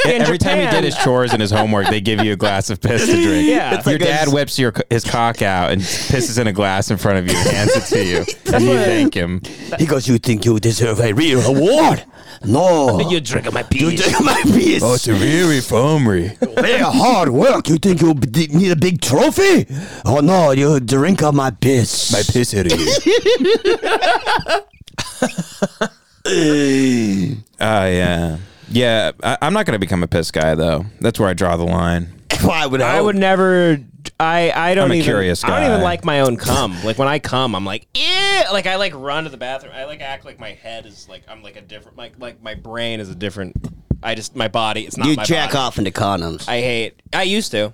In
Every time he
Japan-
did his chores and his homework, they give you a glass of piss to drink.
Yeah. It's
your
like a-
dad whips your his cock out and pisses in a glass in front of you and hands it to you. and you thank him.
He goes, You think you deserve a real award? No.
you drink my pee.
You drink my piss.
Oh, very foamery.
very hard work. You think you b- need a big trophy? Oh, no. You drink on my piss. My
piss out of you. Ah, Oh, yeah. Yeah, I, I'm not going to become a piss guy, though. That's where I draw the line.
Well, I would.
I
hope.
would never. I I don't
I'm a
even.
curious
I don't even
guy.
like my own cum. like when I cum, I'm like, ew. Like I like run to the bathroom. I like act like my head is like I'm like a different. Like like my brain is a different. I just my body. It's not.
You
my
jack
body.
off into condoms.
I hate. I used to.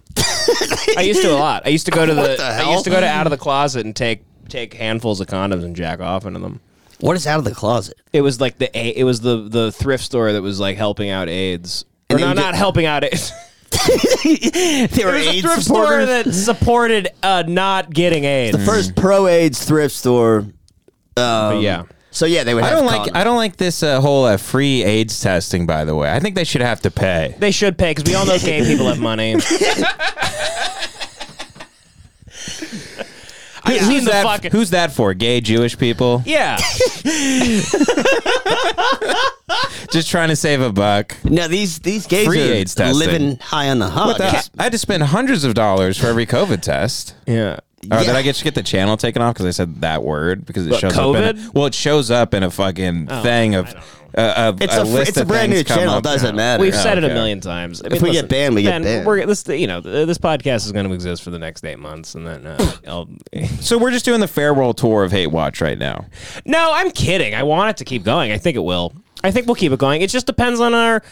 I used to a lot. I used to go to the.
the
I
hell?
used to go to out of the closet and take take handfuls of condoms and jack off into them.
what is out of the closet?
It was like the A- it was the the thrift store that was like helping out AIDS. Or
And then
not,
you ju-
not helping out AIDS.
There
It was a thrift store that supported uh, not getting AIDS.
First pro AIDS thrift store. Um,
But yeah.
So yeah, they would.
I
Have
don't like.
condoms.
I don't like this uh, whole uh, free AIDS testing. By the way, I think they should have to pay.
They should pay because we all know gay people have money. I've seen
Who's
the
that,
fucking
who's that for? Gay Jewish people
yeah.
just trying to save a buck.
No, these these gays
Free
are
AIDS testing.
living high on the hog.
I- I had to spend hundreds of dollars for every COVID test.
yeah.
Or did
Yeah.
I get to get the channel taken off because I said that word because it
What,
shows up. In a,
COVID?
well, it shows up in a fucking
Oh,
thing of uh, a,
It's
a,
a, fr-
list
it's a
of
brand
things
new
come
channel.
up.
Doesn't matter.
We've said it
okay.
a million times. I
we get banned, we get banned.
We're, this, you know, th- this podcast is going to exist for the next eight months, and then uh, I'll.
So we're just doing the farewell tour of Hate Watch right now.
No, I'm kidding. I want it to keep going. I think it will. I think we'll keep it going. It just depends on our.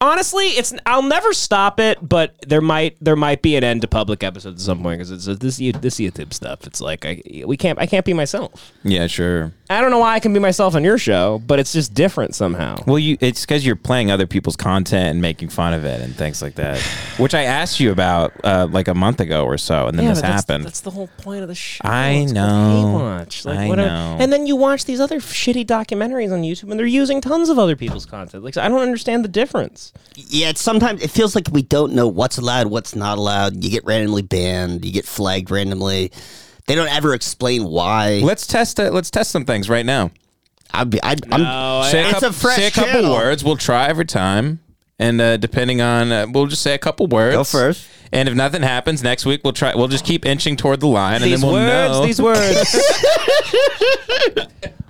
Honestly, it's I'll never stop it, but there might there might be an end to public episodes at some point because it's this you- this YouTube stuff. It's like I we can't I can't be myself.
Yeah, sure.
I don't know why I can be myself on your show, but it's just different somehow.
Well, you it's because you're playing other people's content and making fun of it and things like that, which I asked you about uh, like a month ago or so, and then this
that's,
happened.
That's the whole point of the show.
I
It's called
know.
Baywatch. Like,
I
what are-
know.
And then you watch these other shitty documentaries on YouTube, and they're using tons of other people's content. Like, I don't understand the difference.
Yeah, it's sometimes it feels like we don't know what's allowed, what's not allowed. You get randomly banned. You get flagged randomly. They don't ever explain why.
let's test it. Let's test some things right now.
I'd be, I'd, I'm,
Say a,
Oh, It's
couple,
a fresh
say a couple
channel.
words. We'll try every time, and uh, depending on, uh, we'll just say a couple words.
Go first.
And if nothing happens next week, we'll try. We'll just keep inching toward the line, and
these
then we'll
words,
know.
these words.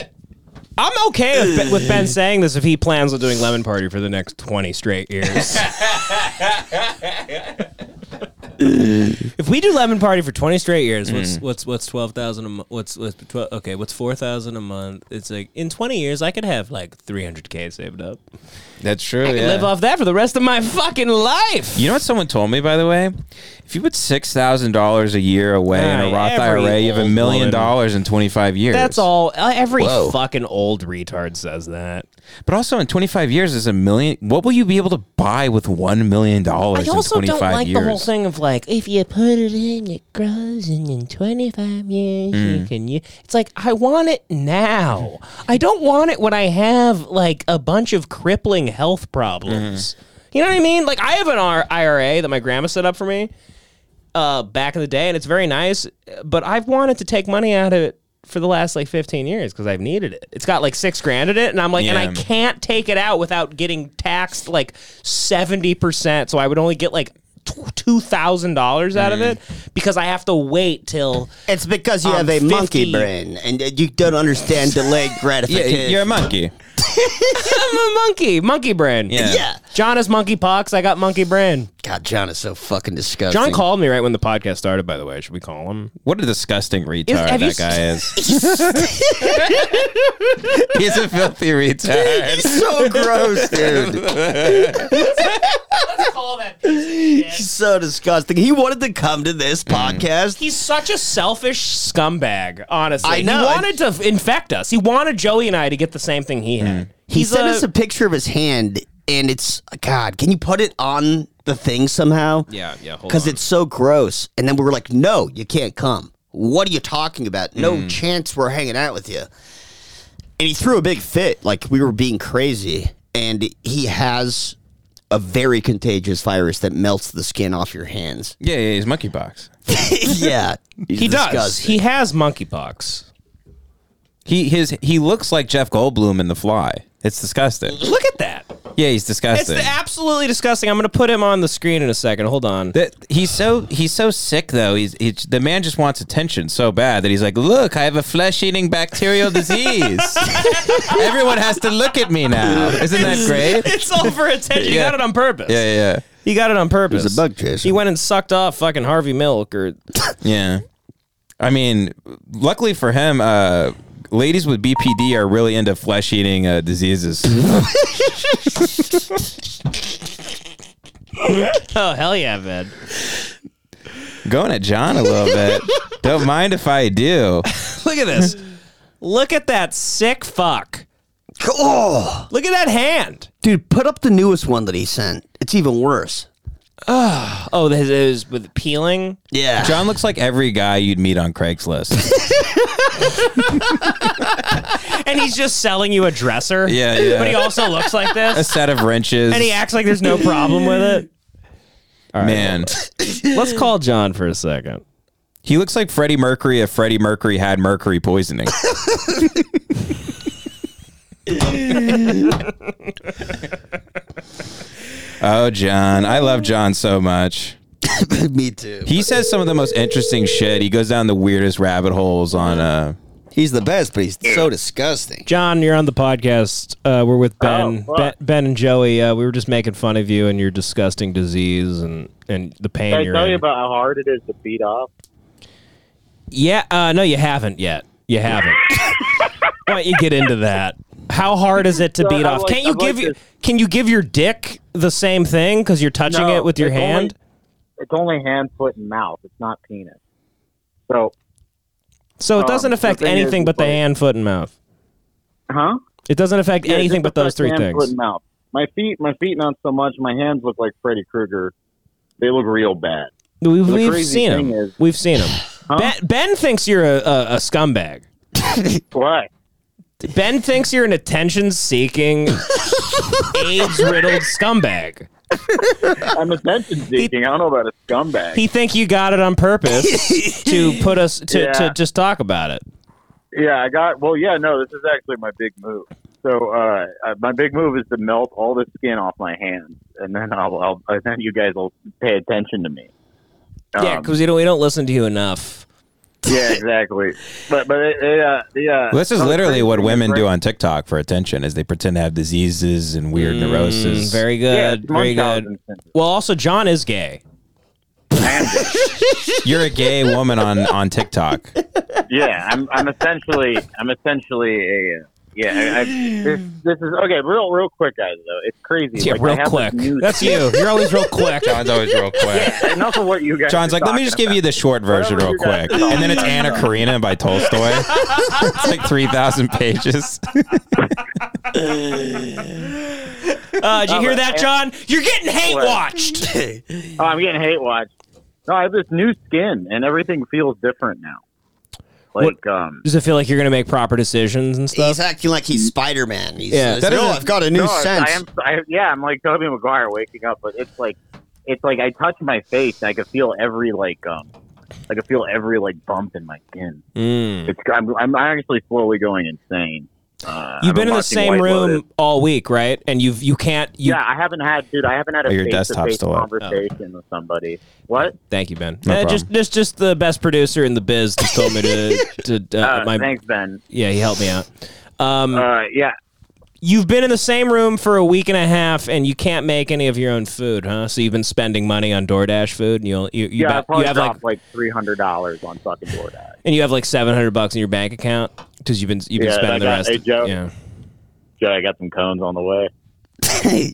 I'm okay with ben, with Ben saying this if he plans on doing Lemon Party for the next 20 straight years. if we do Lemon Party for 20 straight years,
Mm.
what's
What's what's twelve thousand a month? What's what's twelve? Okay, what's four thousand a month? It's like in twenty years, I could have like three hundred k saved up.
That's true. yeah.
live off that for the rest of my fucking life.
You know what someone told me, by the way? If you put six thousand dollars a year away in a
Aye,
Roth
every
IRA, you have a
old
million
woman.
dollars in twenty five years.
That's all. uh, Every
Whoa.
fucking old retard says that.
But also in twenty five years is a million. What will you be able to buy with one million dollars
I
in
also
twenty
don't
five
like
years?
the whole thing of like if you put it in, it grows, and in twenty five years
Mm.
you can. u-
It's like I want it now. I don't want it when I have like a bunch of crippling health problems.
Mm-hmm.
You know what I mean? Like I have an R- IRA that my grandma set up for me uh, back in the day, and it's very nice. But I've wanted to take money out of it for the last like 15 years because I've needed it. It's got like six grand in it, and I'm like, and
Yeah.
I can't take it out without getting taxed like 70 percent. So I would only get like. Two thousand dollars out
Mm.
of it because I have to wait till
it's because you
I'm
have a monkey
50.
brain and that you don't understand delayed
Yeah,
gratification.
you're a monkey.
I'm a monkey, monkey brain.
Yeah.
Yeah.
John has monkey pox. I got monkey brain.
God, John is so fucking disgusting.
John called me right when the podcast started. By the way, should we call him?
What a disgusting retard
have you
that guy is. He's a filthy retard.
He's so gross, dude. He's so disgusting. He wanted to come to this podcast.
He's such a selfish scumbag. Honestly,
I know.
He wanted to f- infect us. He wanted Joey and I to get the same thing he had.
He
He's
sent
a-
us a picture of his hand, and it's God. Can you put it on the thing somehow?
Yeah, yeah, hold
Because
on.
it's so gross. And then we were like, "No, you can't come. What are you talking about? No chance. We're hanging out with you." And he threw a big fit, like we were being crazy. And he has a very contagious virus that melts the skin off your hands.
Yeah, yeah, he's monkeypox.
yeah,
he does. He has monkey pox.
He his he looks like Jeff Goldblum in The Fly. It's disgusting.
Look at that.
Yeah, he's
It's
disgusting.
absolutely disgusting. I'm going to put him on the screen in a second. Hold on.
That he's so he's so sick though. He's, he's the man just wants attention so bad that he's like, look, I have a flesh eating bacterial disease. Everyone has to look at me now. Isn't that great?
It's all for attention. You
Yeah.
got it on purpose.
Yeah, yeah.
He got it on purpose.
a bug chaser.
He went and sucked off fucking Harvey Milk or
Yeah. I mean, luckily for him, uh, ladies with BPD are really into flesh eating uh, diseases.
oh hell yeah, man.
Going at John a little bit. Don't mind if I do.
Look at this. Look at that sick fuck.
Oh,
Look at that hand.
dude, put up the newest one that he sent. It's even worse.
Oh, this is with peeling.
Yeah.
John looks like every guy you'd meet on Craigslist.
and he's just selling you a dresser.
Yeah, yeah.
But he also looks like
A
this,
set of wrenches.
and he acts like there's no problem with it.
Man,
Let's call John for a second.
he looks like Freddie Mercury if Freddie Mercury had mercury poisoning. oh, John. I love John so much.
Me too.
He says some of the most interesting shit. He goes down the weirdest rabbit holes on uh
He's the best, but he's so disgusting.
John, you're on the podcast. Uh, we're with Ben,
Oh, fuck.
ben, Ben and Joey. Uh, we were just making fun of you and your disgusting disease and and the pain
Can I
you're
tell
in.
you about how hard it is to beat off?
yeah, uh, no, you haven't yet. You haven't. Why don't you get into that? How hard is it to
So
beat
I'm
off?
like-
Can't you
I'm like
give you
this-
can you give your dick the same thing because you're touching
No,
it with your
it's only-
hand?
It's only hand, foot, and mouth. It's not penis. So,
So it
Um,
doesn't
the
affect
thing is,
anything
it's
but the
like-
hand, foot, and mouth.
huh?
It doesn't affect
Yeah,
anything but
just
those
affects
three
hand, Foot,
things.
and mouth. My feet, my feet, not so much. My hands look like Freddy Krueger. They look real bad.
We've,
The
we've
crazy
seen
thing
him.
is-
we've seen him. Ben, ben thinks you're a, a, a scumbag.
Why?
Ben thinks you're an attention-seeking, AIDS-riddled scumbag.
I'm attention seeking. I don't know about a scumbag.
He think you got it on purpose to put us to,
Yeah.
to just talk about it.
Yeah, I got. Well, yeah, no, this is actually my big move. So uh, uh, my big move is to melt all the skin off my hands, and then I'll, I'll and then you guys will pay attention to me.
yeah,
Um,
because you know we don't listen to you enough.
yeah, exactly. But but it, it, uh, the uh,
well, this is
oh,
literally
crazy
what
thing is,
women
right?
do on TikTok for attention is they pretend to have diseases and weird neuroses.
Mm, very
Yeah,
good.
it's
very good.
Munchausen syndrome.
Well, also John is gay.
You're a gay woman on on TikTok.
yeah, I'm I'm essentially I'm essentially a uh, yeah. I, I, this, this is okay. Real real quick, guys. Though it's crazy.
Yeah,
Like, I
real
have this
quick.
new-
That's you. You're always real quick.
John's always real quick.
enough of what you guys.
John's
are
like, let me
talking
just give
about.
you the short version real
Whatever you guys
quick, and then it's Anna Karina by Tolstoy. it's like three thousand pages.
Uh, did you hear that,
and-
John? You're getting hate
What?
watched.
Oh, I'm getting hate watched. No, I have this new skin, and everything feels different now. Like, um,
Does it feel like you're gonna make proper decisions and stuff?
He's acting like he's Spider Man.
Yeah.
Yeah. No, I've got a new
no,
sense.
I am. I, yeah, I'm like Toby Maguire waking up, but it's like, it's like I touch my face, and I can feel every like, um, I can feel every like bump in my skin.
Mm-hmm.
It's, I'm, I'm actually slowly going insane. Uh,
You've
I've
been in the
watching
same
White
room
Lotus.
all week, right? And you've you can't you.
yeah, I haven't had, dude. I haven't had a
Oh, your desktop's
face-to-face
still up.
conversation with somebody. What?
Thank you, Ben.
No
Uh,
problem.
just just just the best producer in the biz just told me to to uh,
Uh,
my
thanks, Ben.
yeah he helped me out. Um,
Uh, yeah,
you've been in the same room for a week and a half, and you can't make any of your own food, huh? So you've been spending money on DoorDash food, and you'll, you you, about-
yeah. I
you
probably
have like
dropped like, three hundred dollars on fucking DoorDash.
and you have like seven hundred bucks in your bank account because you've been you've been
Yeah,
spending
I
the
got-
rest.
hey, Joe.
Yeah.
Joe, I got some cones on the way.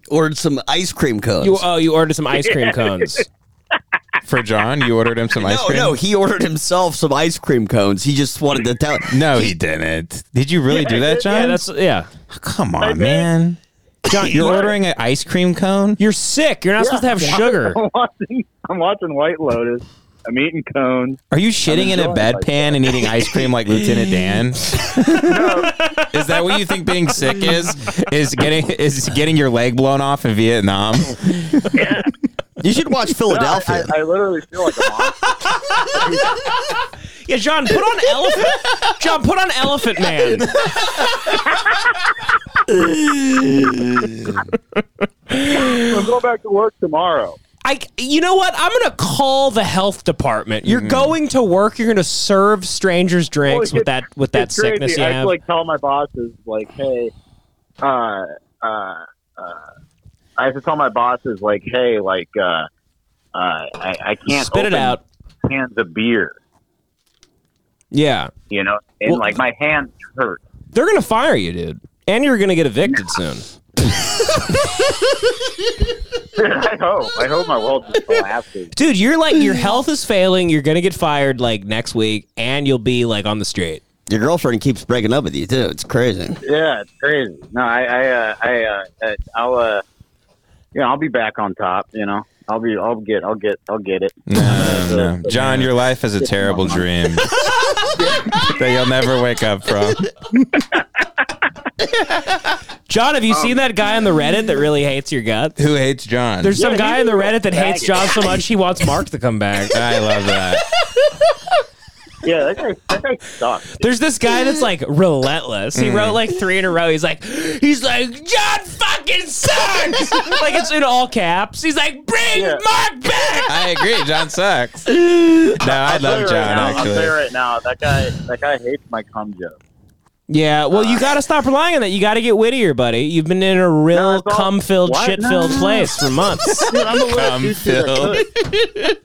Ordered some ice cream cones.
You oh you ordered some ice cream cones.
For John, you ordered him some ice
no,
cream.
no, he ordered himself some ice cream cones. He just wanted to tell.
no, he didn't. Did you really do that, John? Oh,
yeah, that's yeah.
Come on, man. John, you're ordering an ice cream cone.
You're sick. You're not supposed to have sugar.
I'm watching, I'm watching White Lotus. I'm eating cones.
Are you shitting in a
enjoying myself.
bedpan and eating ice cream like Lieutenant Dan? Is that what you think being sick is? Is getting is getting your leg blown off in Vietnam?
You should watch
I,
Philadelphia.
I literally feel like a monster.
Yeah, John, put on elephant. John, put on Elephant Man.
I'm going back to work tomorrow.
I, you know what? I'm gonna call the health department. You're going to work. You're gonna serve strangers drinks
Well,
with that with that
Mm-hmm. Oh, It's crazy.
sickness you
I
have.
like tell my bosses like, hey, uh, uh, uh, I have to tell my bosses like, hey, like uh, uh, I, I can't
Spit it
open
out.
Cans of beer,
Yeah.
you know, and
Well-
like my hands hurt.
They're gonna fire you, dude. And you're gonna get evicted soon.
I hope. I hope my world just collapses.
Dude, you're like your health is failing, you're gonna get fired like next week, and you'll be like on the street.
Your girlfriend keeps breaking up with you too. It's crazy.
Yeah, it's crazy. No, I, I, uh, I, uh, uh, I'll, uh, you know, I'll be back on top. You know, I'll be, I'll get, I'll get, I'll get it. Uh,
No, no. John, your life is a terrible dream that you'll never wake up from.
John,
Um,
have you seen that guy on the Reddit that really hates your guts?
Who hates John?
There's some guy on the Reddit that hates John so much he wants Mark to come back.
I love that.
Yeah, that guy, that guy sucks.
There's this guy that's like relentless. He
Mm.
wrote like three in a row. He's like, he's like, John fucking sucks. like it's in all caps. He's like, bring
Yeah.
Mark back.
I agree. John sucks. No, I
I'll tell you
love John,
right now, I'll tell you
actually.
right now, that guy, that guy hates my cum joke.
Yeah, well, you got to stop relying on that. You got to get whittier, buddy. You've been in a
No,
real
it's all-
cum-filled,
What?
shit-filled
No.
place for months.
Dude, I'm the
Cum
last dude that
filled.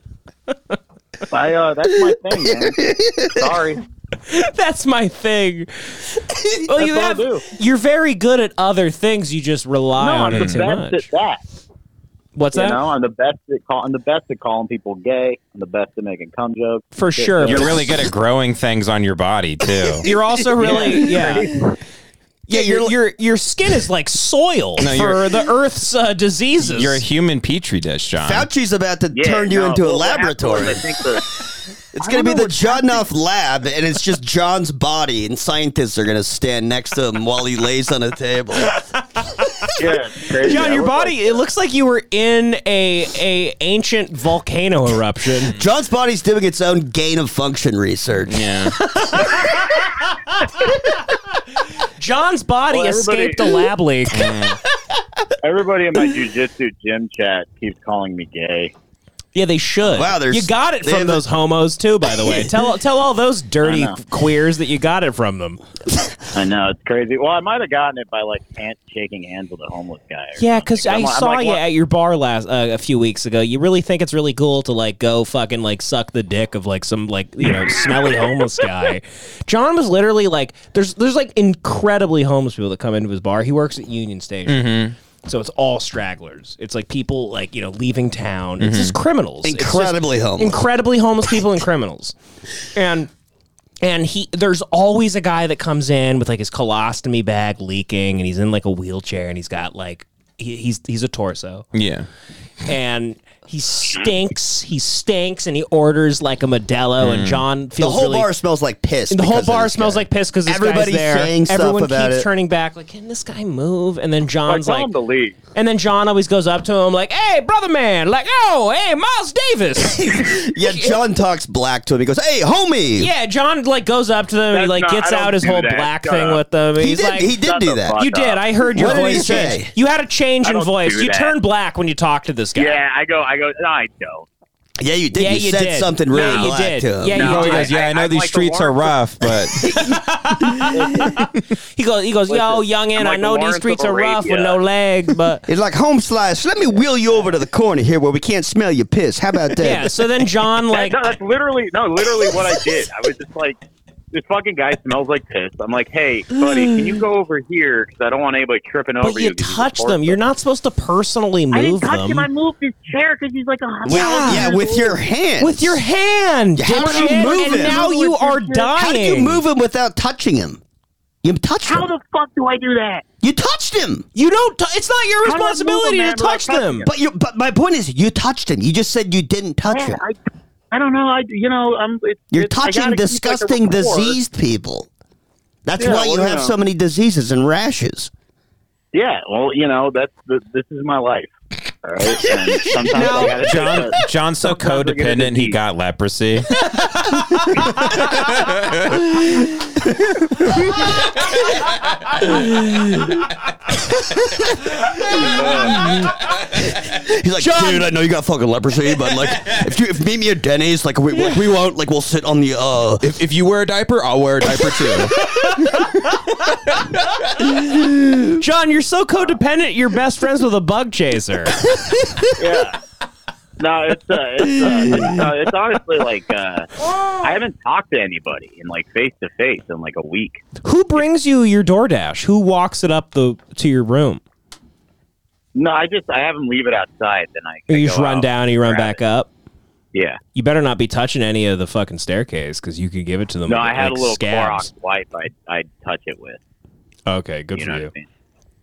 could. I, uh, that's my thing, man. Sorry.
That's my thing. Well, you
all I
have,
do.
you're very good at other things. You just rely
No,
on
I'm the
it too
best
much.
at that.
What's
You
that?
know, I'm the best at call, I'm the best at calling people gay. I'm the best at making cum jokes.
For sure.
You're really good at growing things on your body, too.
You're also really yeah. Yeah, your your your skin is like soil
No,
for
you're-
the Earth's uh, diseases.
You're a human petri dish, John.
Fauci's about to
Yeah,
turn you
no,
into a
well, what happens
laboratory.
is I think the,
It's going to be the Johnoff lab, and it's just John's body, and scientists are going to stand next to him while he lays on a table.
yeah, it's crazy. I
John, your
look
body
like-
it looks like you were in a a ancient volcano eruption.
John's body's doing its own gain of function research.
Yeah.
John's body
Well, everybody-
escaped a lab leak.
Everybody in my jujitsu gym chat keeps calling me gay.
yeah, they should.
Wow, there's-
you got it
they
from
have a-
those homos too, by the way. tell tell all those dirty
I know.
queers that you got it from them.
I know it's crazy. Well, I might have gotten it by like hand, shaking hands with a homeless guy. or
Yeah,
something.
because I
I'm like- I'm
saw
like,
you
what-
at your bar last uh, a few weeks ago. You really think it's really cool to like go fucking like suck the dick of like some like you know smelly homeless guy. John was literally like, there's there's like incredibly homeless people that come into his bar. He works at Union Station.
Mm-hmm.
So it's all stragglers. It's like people like you know leaving town. It's
Mm-hmm.
just criminals. It's just
Incredibly homeless.
Incredibly homeless people and criminals. And and he there's always a guy that comes in with like his colostomy bag leaking and he's in like a wheelchair and he's got like he, he's he's a torso
Yeah.
and he stinks he stinks and he orders like a Modelo and John
Mm. the
feels
whole
really-
bar smells like piss.
the whole
because of
bar
this
smells
guy.
like piss because
Everybody's
guy's there.
saying stuff
Everyone
about
keeps
it.
turning back, like, can this guy move? And then John's
tell
like,
him to leave.
and then John always goes up to him, like, hey, brother man, like, oh, hey, Miles Davis.
Yeah, John talks black to him. He goes, "Hey, homie."
Yeah, John like goes up to them. and He
That's
like
not- I
gets
don't
out his
do
whole
that.
black
Shut
thing
up.
with them.
He
He's
did.
like,
he did
shut
do
the
that.
fuck
you did.
up.
I heard your
What did he
voice
say?
change. You had a change
I
in
don't
voice.
do
You
that.
turned black when you talked to this guy.
Yeah, I go. I go. No, I don't.
Yeah, you did.
Yeah,
you,
you
said
did.
something
No,
really
you
black
did.
to him.
Yeah, you
Oh,
did.
he goes, yeah, I, know
I'm
these
like the
streets are rough, but
He goes, he goes, yo, youngin,
I'm
I
like
know these
Lawrence of
streets are rough with
Arabia.
no legs, but
It's like home slice. Let me wheel you over to the corner here where we can't smell your piss. How about that?
yeah. So then John like
no, that's literally no, literally what I did. I was just like, this fucking guy smells like piss. I'm like, hey, buddy, can you go over here? Because I don't want anybody tripping over
But you
because he's a
touch
horse.
them. You're not supposed to personally
I
move
didn't touch him. I
them
moved his chair because he's like a.
With, yeah, with your hands.
with your hand.
How do you
dipshit,
move
And
it?
now you are
How did
dying.
you move him without touching him? You touched
How
him.
the fuck do I do that?
you touched him.
You don't. T- it's not your
How do I move
responsibility
them,
to
man, without
touch
touching
them.
them?
But you. But my point is, you touched him. You just said you didn't touch
Man,
him.
I, I don't know. I you know I'm. It's,
You're
it's, I gotta
touching
keep, like, a
disgusting
rapport.
diseased people. That's
Yeah,
why you
well,
have
yeah.
so many diseases and rashes.
Yeah. Well, you know that's the, this is my life. All right. And sometimes I gotta take
John
a-
John's so
Sometimes we're gonna
codependent he
defeat.
got leprosy.
He's like, dude, I know you got fucking leprosy, but like, if you if meet me at Denny's, like, we, we won't like, we'll sit on the uh.
If, if you wear a diaper, I'll wear a diaper too.
John, you're so codependent. You're best friends with a bug chaser.
yeah. No, it's uh, it's, uh, it's, uh, it's honestly like uh, I haven't talked to anybody in like face to face in like a week.
Who brings you your DoorDash? Who walks it up the to your room?
No, I just I have them leave it outside. Then I I
You just
go
run
out
down and
and
you run
grab
back
it.
up.
Yeah.
You better not be touching any of the fucking staircase because you could give it to them.
No,
like
I had a little
scabs.
Clorox wipe. I I would touch it with.
Okay, good
You
for
know what
you.
I mean?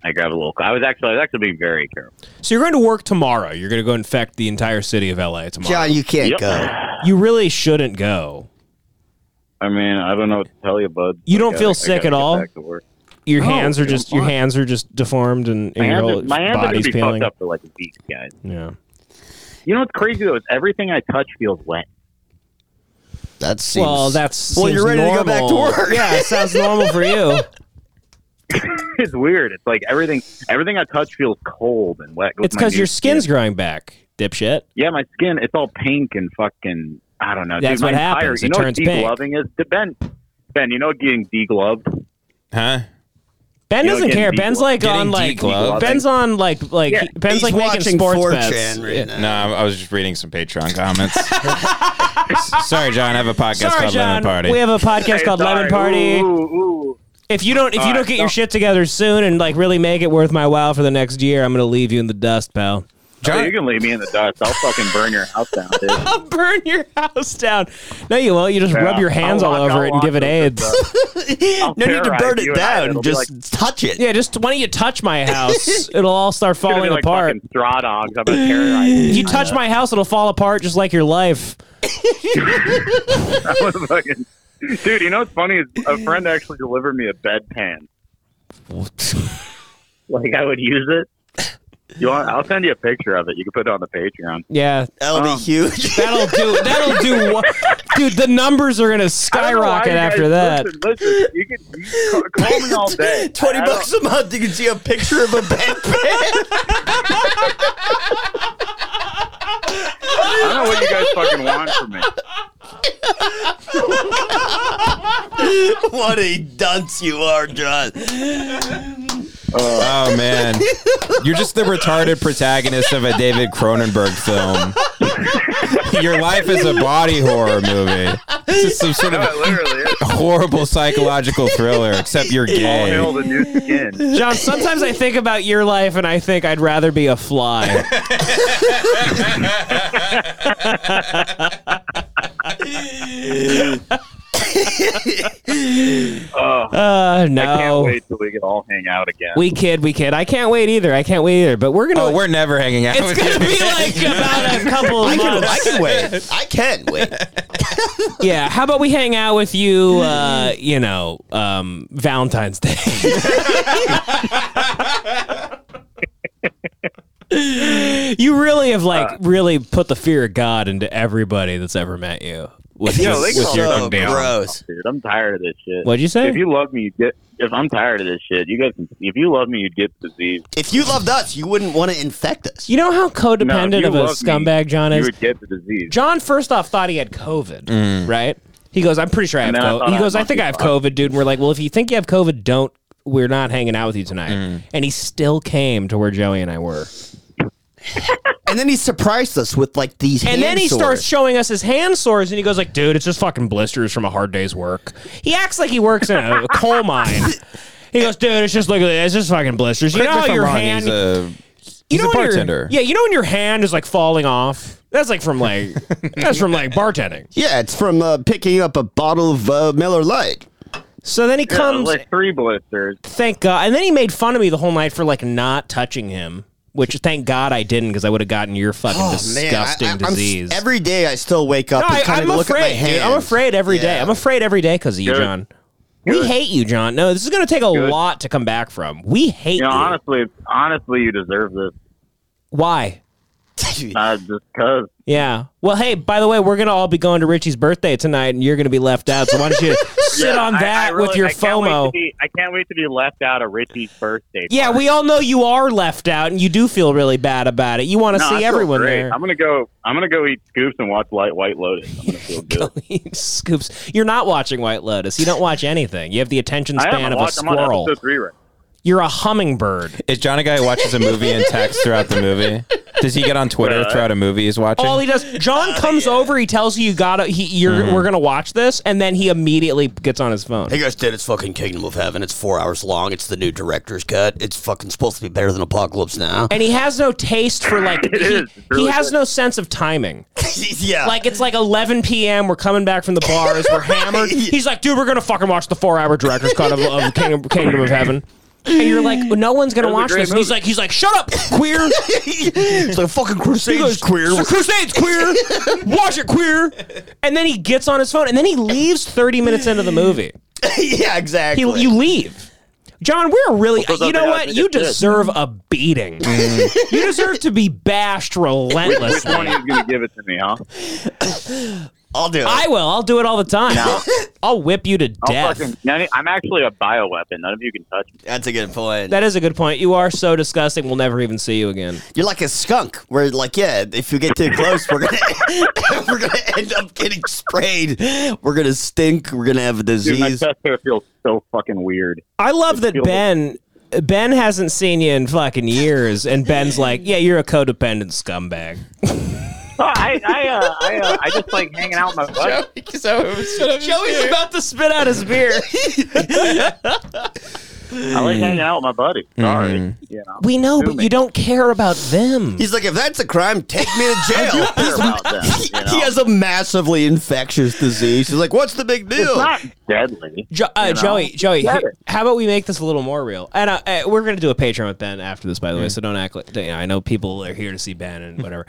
I grab a little. I was actually I was actually being very careful.
So you're going to work tomorrow. You're going to go infect the entire city of LA tomorrow.
John, you can't
Yep.
go.
you really shouldn't go.
I mean, I don't know what to tell you, bud.
You
I
don't
gotta-
feel
I
sick at
gotta get
all?
back to work.
Your
No,
hands are
dude, I'm
just your
fine.
hands are just deformed and, and your
Oh, My hands,
whole
are, my hands are gonna
body's
be
peeling.
fucked up for like a week, guys.
Yeah.
You know what's crazy though is everything I touch feels wet.
That seems
well, that's
well.
seems
You're ready to go back to
normal.
work.
Yeah, it sounds normal for you.
it's weird. It's like everything everything I touch feels cold and wet. with
It's
my
because
new
your skin's
skin.
growing back, dipshit.
Yeah, my skin. It's all pink and fucking. I don't know.
That's
Dude, my
what
entire-
happens.
You
It
know
turns
what
pink.
degloving is? Ben, Ben, you know what getting degloved?
huh?
Ben
You know,
doesn't
getting
care.
degloved-
Ben's like
getting
on like uh,
degloved.
Ben's on like like
Yeah,
Ben's
He's
like making
watching
sports
4chan
bets.
right now.
No, I I was just reading some Patreon comments. S- Sorry, John. I have a podcast
Sorry,
called
John.
Lemon Party.
We have a podcast
Hey,
called Lemon
sorry.
Party.
Ooh, ooh, ooh.
If you don't, if you
All
don't
right,
get your
so-
shit together soon and like really make it worth my while for the next year, I'm gonna leave you in the dust, pal.
Dude, you can leave me in the dust. I'll fucking burn your house down, dude.
I'll burn your house down. No, you won't. You just
Yeah.
rub your hands
I'll
all
walk-
over
I'll
it and give it
walk
AIDS.
through the- I'll
No need to
terrorize
burn
you
it
and I.
down.
It'll be
Just touch it.
yeah, just why don't you touch my house? It'll all start
It's gonna be
falling
like
apart.
fucking straw dogs. I'm gonna terrorize you.
You touch my house, it'll fall apart just like your life.
I'm gonna fucking- Dude, you know what's funny is a friend actually delivered me a bedpan. Like I would use it. You want? I'll send you a picture of it. You can put it on the Patreon.
Yeah,
That'll be huge.
that'll do. That'll do. What? Dude, the numbers are gonna
I don't know why
skyrocket
you
after
guys-
that.
Listen, listen, you can you can ca- call me all day.
Twenty
I don't-
bucks a month, you can see a picture of a bedpan.
I don't know what you guys fucking want from me.
what a dunce you are, John.
oh man, you're just the retarded protagonist of a David Cronenberg film. Your life is a body horror movie. It's just some sort
No,
of
literally, it's
horrible psychological thriller, except you're
all
gay.
hell the new skin.
John, sometimes I think about your life and I think I'd rather be a fly.
Oh,
Uh, no.
I can't wait till we can all hang out again.
We kid, we kid. I can't wait either. I can't wait either. But we're gonna.
Oh, we're never hanging out.
it's
with
gonna
you.
be like about a couple of
I can,
months.
I can wait. I can wait.
yeah. How about we hang out with you? Uh, you know, um, Valentine's Day. you really have like
Uh.
really put the fear of God into everybody that's ever met you. With
Yo,
your-
they
with
call
your
it
So
a
condemn.
gross.
Dude, I'm tired of this shit.
What'd you say?
If you love me, you get. If I'm tired of this shit, you guys. Can, if you love me, you'd get diseased.
If you loved us, you wouldn't want to infect us.
You know how
No, if
codependent
you
of a
love me,
scumbag John
You
is.
would get the disease.
John first off thought he had COVID, right? He goes, I'm pretty sure I have
And then I
COVID.
thought
He
I
goes,
had
I think I have COVID, dude. And we're like, well, if you think you have COVID, don't. We're not hanging out with you tonight. And he still came to where Joey and I were.
And then he surprised us with like these.
And
hand
then he
sores.
starts showing us his hand sores and he goes like, dude, it's just fucking blisters from a hard day's work. He acts like he works in a coal mine. He goes, dude, it's just like it's just fucking blisters. You know
Correct me
how
if I'm
your
wrong,
hand
He's a,
you
he's
know
a
when your-
bartender.
Yeah, you know when your hand is like falling off? That's like from like that's from like bartending.
Yeah, it's from uh, picking up a bottle of uh, Miller Lite.
So then he
Yeah,
comes
like three blisters.
thank God. And then he made fun of me the whole night for like not touching him, which thank God I didn't because I would have gotten your fucking
Oh,
disgusting
Oh, I'm s-
disease.
every day I still wake up
No, I,
and kind
am
of look at my
afraid,
hand.
dude. I'm afraid every day.
Yeah.
I'm afraid every day because of you,
Good.
John. We hate you, John. No, this is going to take a
Good.
lot to come back from. We hate
You
you.
know, honestly, honestly, you deserve this.
Why?
Not Uh, just cause.
Yeah. Well, hey, by the way, we're gonna all be going to Richie's birthday tonight, and you're gonna be left out. So why don't you sit
Yeah,
on
I- I
that
really-
with your
I can't wait
FOMO?
to be- I can't wait to be left out of Richie's birthday.
Yeah, we all know you are left out, and you do feel really bad about it. You want to
No, I
see
feel
everyone
great.
there.
I'm gonna go. I'm gonna go eat scoops and watch Light White Lotus. I'm gonna feel good.
Scoops, you're not watching White Lotus. You don't watch anything. You have the attention
I am.
span
I'm
of a
watch- I'm on
squirrel.
episode three right.
You're a hummingbird.
Is John a guy who watches a movie and texts throughout the movie? Does he get on Twitter
Right.
throughout a movie he's watching?
All he does, John comes over, he tells you, "You gotta, he, you're,
Mhm.
we're gonna watch this," and then he immediately gets on his phone.
Mm-hmm. Hey guys, did it's fucking Kingdom of Heaven. It's four hours long. It's the new director's cut. It's fucking supposed to be better than Apocalypse Now.
and he has no taste for like he,
is. It's really
he has no sense of timing.
yeah,
like it's like 11 p.m. We're coming back from the bars. We're hammered. He's like, dude, we're gonna fucking watch the four-hour director's cut of, of Kingdom, Kingdom of Heaven. And you're like, no one's gonna
That was a
watch
great
this. And he's
movie.
like, he's like, shut up, queer.
it's like fucking Crusades queer.
Crusades queer. Watch it queer. And then he gets on his phone, and then he leaves 30 minutes into the movie.
yeah, exactly.
He, you leave. John, we're really.
Well,
you know
something I
what?
think
You
it is.
deserve a beating. you deserve to be bashed
Which, Mm. which
relentlessly.
one is gonna give it to me, huh?
I'll do it.
I will. I'll do it all the time.
No.
I'll whip you to
I'll
death.
fucking- None- I'm actually a bioweapon. None of you can touch me.
That's a good point.
That is a good point. You are so disgusting. We'll never even see you again.
You're like a skunk. We're like, yeah, if you get too close, we're gonna we're gonna end up getting sprayed. We're gonna stink. We're gonna have a
Dude, my
disease.
chest hair feels so fucking weird.
I love that Ben. Ben hasn't seen you in fucking years, and Ben's like, "Yeah, you're a codependent scumbag."
Oh, I, I, uh, I, uh, I just like hanging out with my buddies.
Joey's about to spit out his beer.
I like hanging out with my buddies. Sorry,
Mm-hmm.
you know.
we know, but you don't care about them.
He's like, if that's a crime, take me to jail.
care about them. You know?
He has a massively infectious disease. He's like, what's the big deal?
It's not deadly.
Jo- uh,
you know?
Joey, Joey,
Get
h-
it.
how about we make this a little more real? And uh, uh, we're gonna do a Patreon with Ben after this, by
Mm.
the way. So don't act like you know, I know people are here to see Ben and whatever.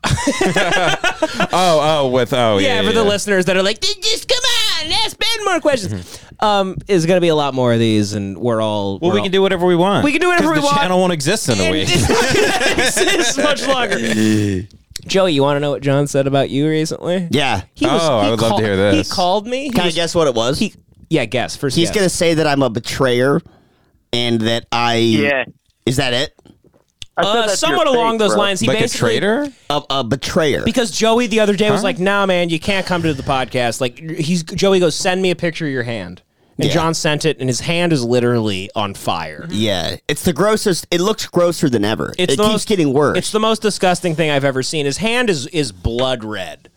oh, oh, with oh yeah.
yeah, for the listeners that are like, "Dude, just come on, ask Ben more questions. Um, is gonna be a lot more of these, and we're all
Mm-hmm. Well,
we're
we
all-
can do whatever we want.
We can do whatever
'Cause
we
the
want.
Channel won't exist in a week.
It's much longer. Joey, you want to know what John said about you recently?
Yeah.
He
Oh, I would love to hear this.
He called me. He
Can I
was-
guess what it was?
He, yeah, guess. First,
He's
guess.
gonna say that I'm a betrayer, and that I.
Yeah.
Is that it?
I said
Uh,
that to
somewhat
your
along
face,
those
bro.
lines. He
like a
basically
traitor?
A, a betrayer.
because Joey the other day was like, "Nah, man, you can't come to the podcast." Like, he's Joey goes, "Send me a picture of your hand," and
Yeah.
John sent it, and his hand is literally on fire.
yeah, it's the grossest. It looks grosser than ever.
It's
it
the
keeps
most-
getting worse.
It's the most disgusting thing I've ever seen. His hand is is blood red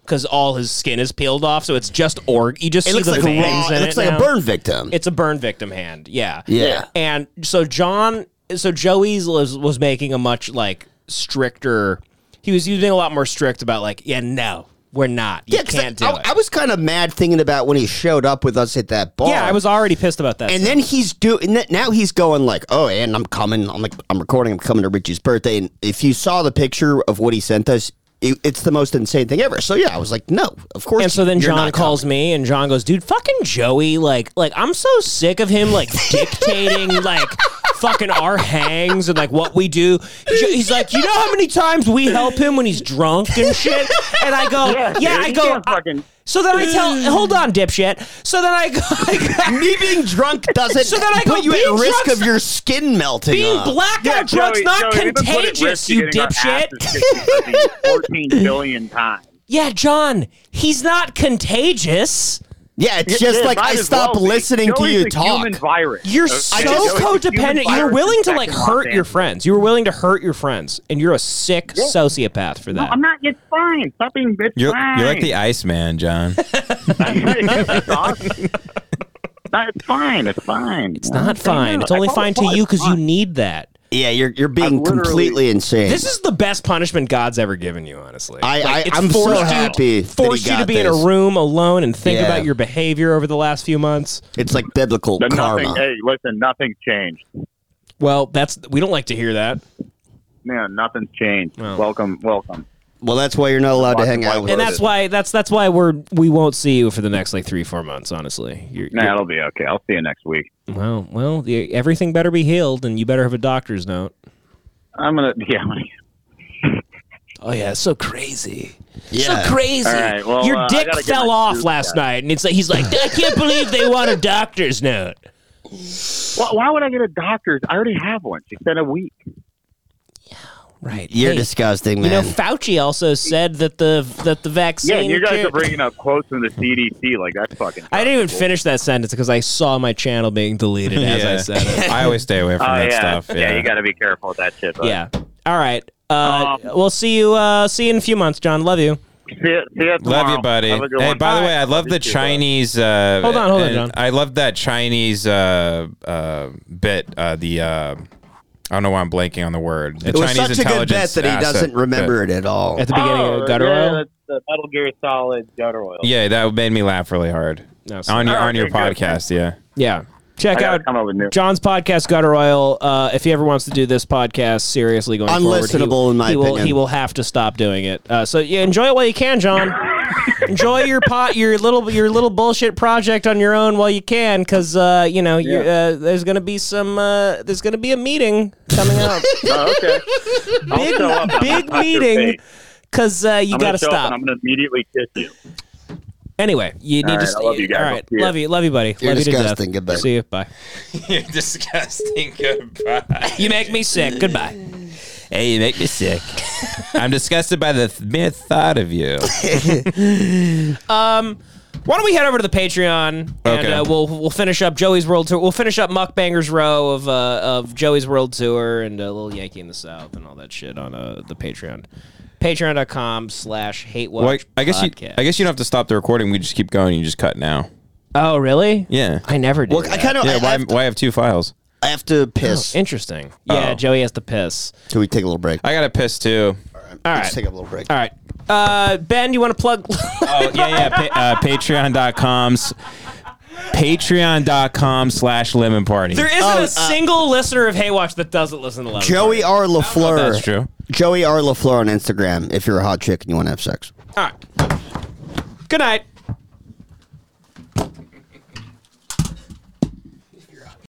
because all his skin is peeled off, so it's just org. You just
it
see
looks
the
like a
veins
raw.
in
It looks like
now.
a burn victim.
It's a burn victim hand. Yeah.
Yeah.
And so John, so Joey's was, was making a much like stricter. He was using a lot more strict about like, yeah, no, we're not. You
'cause
can't do
I,
it.
I was kind of mad thinking about when he showed up with us at that bar.
yeah, I was already pissed about that.
And
stuff.
then he's doing. Now he's going like, "Oh, and I'm coming. I'm like, I'm recording. I'm coming to Richie's birthday." And if you saw the picture of what he sent us, it, it's the most insane thing ever. So yeah, I was like, "No, of course."
and so then
you're
John
not
calls me, and John goes, "Dude, fucking Joey, like, like I'm so sick of him, like dictating, like." Fucking our hangs and like what we do. Jo- He's like, you know how many times we help him when he's drunk and shit. And I go, yeah,
dude,
I
you
go. uh,
can't
I-
fucking-
so then I
Mm.
tell, hold on, dipshit. So then I go, I go
coming. me being drunk doesn't
So then I go,
put you
being
at risk
drunk's-
of your skin melting.
being
off.
blackout
Yeah,
drunk's
Joey-
not
Joey, we've been put at
contagious,
risk to
you
getting our
dipshit.
asses kicked fucking 14 billion times.
Yeah, John, he's not contagious.
Yeah, it's just
Yeah,
like
might
I
as
stop
well be.
listening to
Joey's
you
a
talk.
Human virus.
You're
Okay?
so
Joey's a human
codependent.
virus
You're willing to
infected
like
Los
hurt your
Angeles.
friends. You were willing to hurt your friends, and you're a sick sociopath for
No,
that.
I'm not. It's fine. Stop being bitch.
You're,
fine.
you're like the Iceman, John.
it's awesome. No, it's fine. It's fine.
it's not fine. It's only fine to you because you need that.
Yeah, you're you're being
literally-
completely insane.
This is the best punishment God's ever given you, honestly.
I,
Like,
I
it's
I'm
forced
so
you-
happy. that he
Forced you to
got
be in
this.
a room alone and think
Yeah.
about your behavior over the last few months.
It's like biblical
But
karma.
nothing. Hey, listen. Nothing's changed.
Well, that's we don't like to hear that,
Man, nothing's changed.
Well.
Welcome, welcome.
Well, that's why you're not allowed to hang out with.
and that's why that's that's why we're we won't see you for the next like three four months. Honestly, you're,
Nah, it'll be okay. I'll see you next week.
you're- well, well, the- everything better be healed, and you better have a doctor's note.
I'm gonna. Yeah. I'm gonna-
Oh yeah, it's so crazy.
Yeah.
So crazy.
All right, well,
Your
uh, I
dick
gotta get
fell
my
off
tooth
last night, and it's like he's like, I can't believe they want a doctor's note.
Why, why would I get a doctor's? I already have one. She spent a week.
Right.
You're
Hey,
disgusting,
You know,
man.
Fauci also said that the that the vaccine.
Yeah, you guys
cured-
are bringing up quotes from the CDC. Like that's fucking.
I didn't even finish that sentence because I saw my channel being deleted as I
Yeah.
said it.
I always stay away
Oh
from that
yeah.
stuff.
yeah, you got to be careful with that shit. bud.
Yeah. All right. Uh,
Um,
we'll see you. Uh, see you in a few months, John. Love you.
See, ya- see ya
Love
tomorrow.
you, buddy.
Have a good
Hey,
one.
by the way, I love the Chinese. Uh,
Hold on, hold on,
and
John.
I love that Chinese uh, uh, bit. Uh, the uh, I don't know why I'm blanking on the word. The
It was
Chinese
such a good bet
intelligence
that he
asset
doesn't remember it at all.
At the beginning
oh,
of Gutter
yeah,
Oil.
that's the Metal Gear Solid Gutter Oil.
bit. Yeah, that made me laugh really hard
No, sorry.
on your
Oh,
on your
okay, good.
podcast. Yeah,
Yeah. Check
I gotta
out
come up with new.
John's podcast, Gutter Oil. Uh, if he ever wants to do this podcast seriously going forward,
Unlistenable,
he,
in my
he will
opinion.
he will have to stop doing it. Uh, so yeah, enjoy it while you can, John. enjoy your pot, your little your little bullshit project on your own while you can, because uh, you know you, uh, there's gonna be some uh, there's gonna be a meeting coming up,
Oh, okay.
big
show up. I'll
big
knock your
meeting,
face.
because uh, you
I'm
gotta
gonna show up
stop.
and I'm gonna immediately kiss you.
Anyway, you need
All
to.
right, I love you guys.
All
I'll
right,
see you.
love you, love you, buddy.
You're
love
disgusting.
you to death.
Goodbye.
See you. Bye.
you're disgusting. Goodbye.
You make me sick. Goodbye.
Hey, you make me sick. I'm disgusted by the th- mere thought of you.
Why don't we head over to the Patreon and
Okay.
uh, we'll we'll finish up Joey's World Tour. We'll finish up Muckbangers Row of uh, of Joey's World Tour and uh, Little Yankee in the South and all that shit on uh, the Patreon. Patreon.com slash hate watch.
Well, I, I guess you.
podcast.
I guess you don't have to stop the recording. We just keep going. You just cut now.
Oh really?
Yeah.
I never did.
Well, I kind of.
Yeah.
I,
Why?
have,
Why have two files?
I have to piss.
Interesting. Yeah,
Oh.
Joey has to piss.
Can we take a little break?
I got to piss too.
Let's take a little break.
All right. Uh, ben, you want to plug?
Oh yeah, yeah. Pa- uh, Patreon.com. s- Patreon.com slash Lemon Party.
there isn't
Oh,
a
uh,
single listener of Hey Watch that doesn't listen to Love.
Joey R. LaFleur.
That's true.
Joey R. LaFleur on Instagram if you're a hot chick and you want to have sex.
All right. Good night.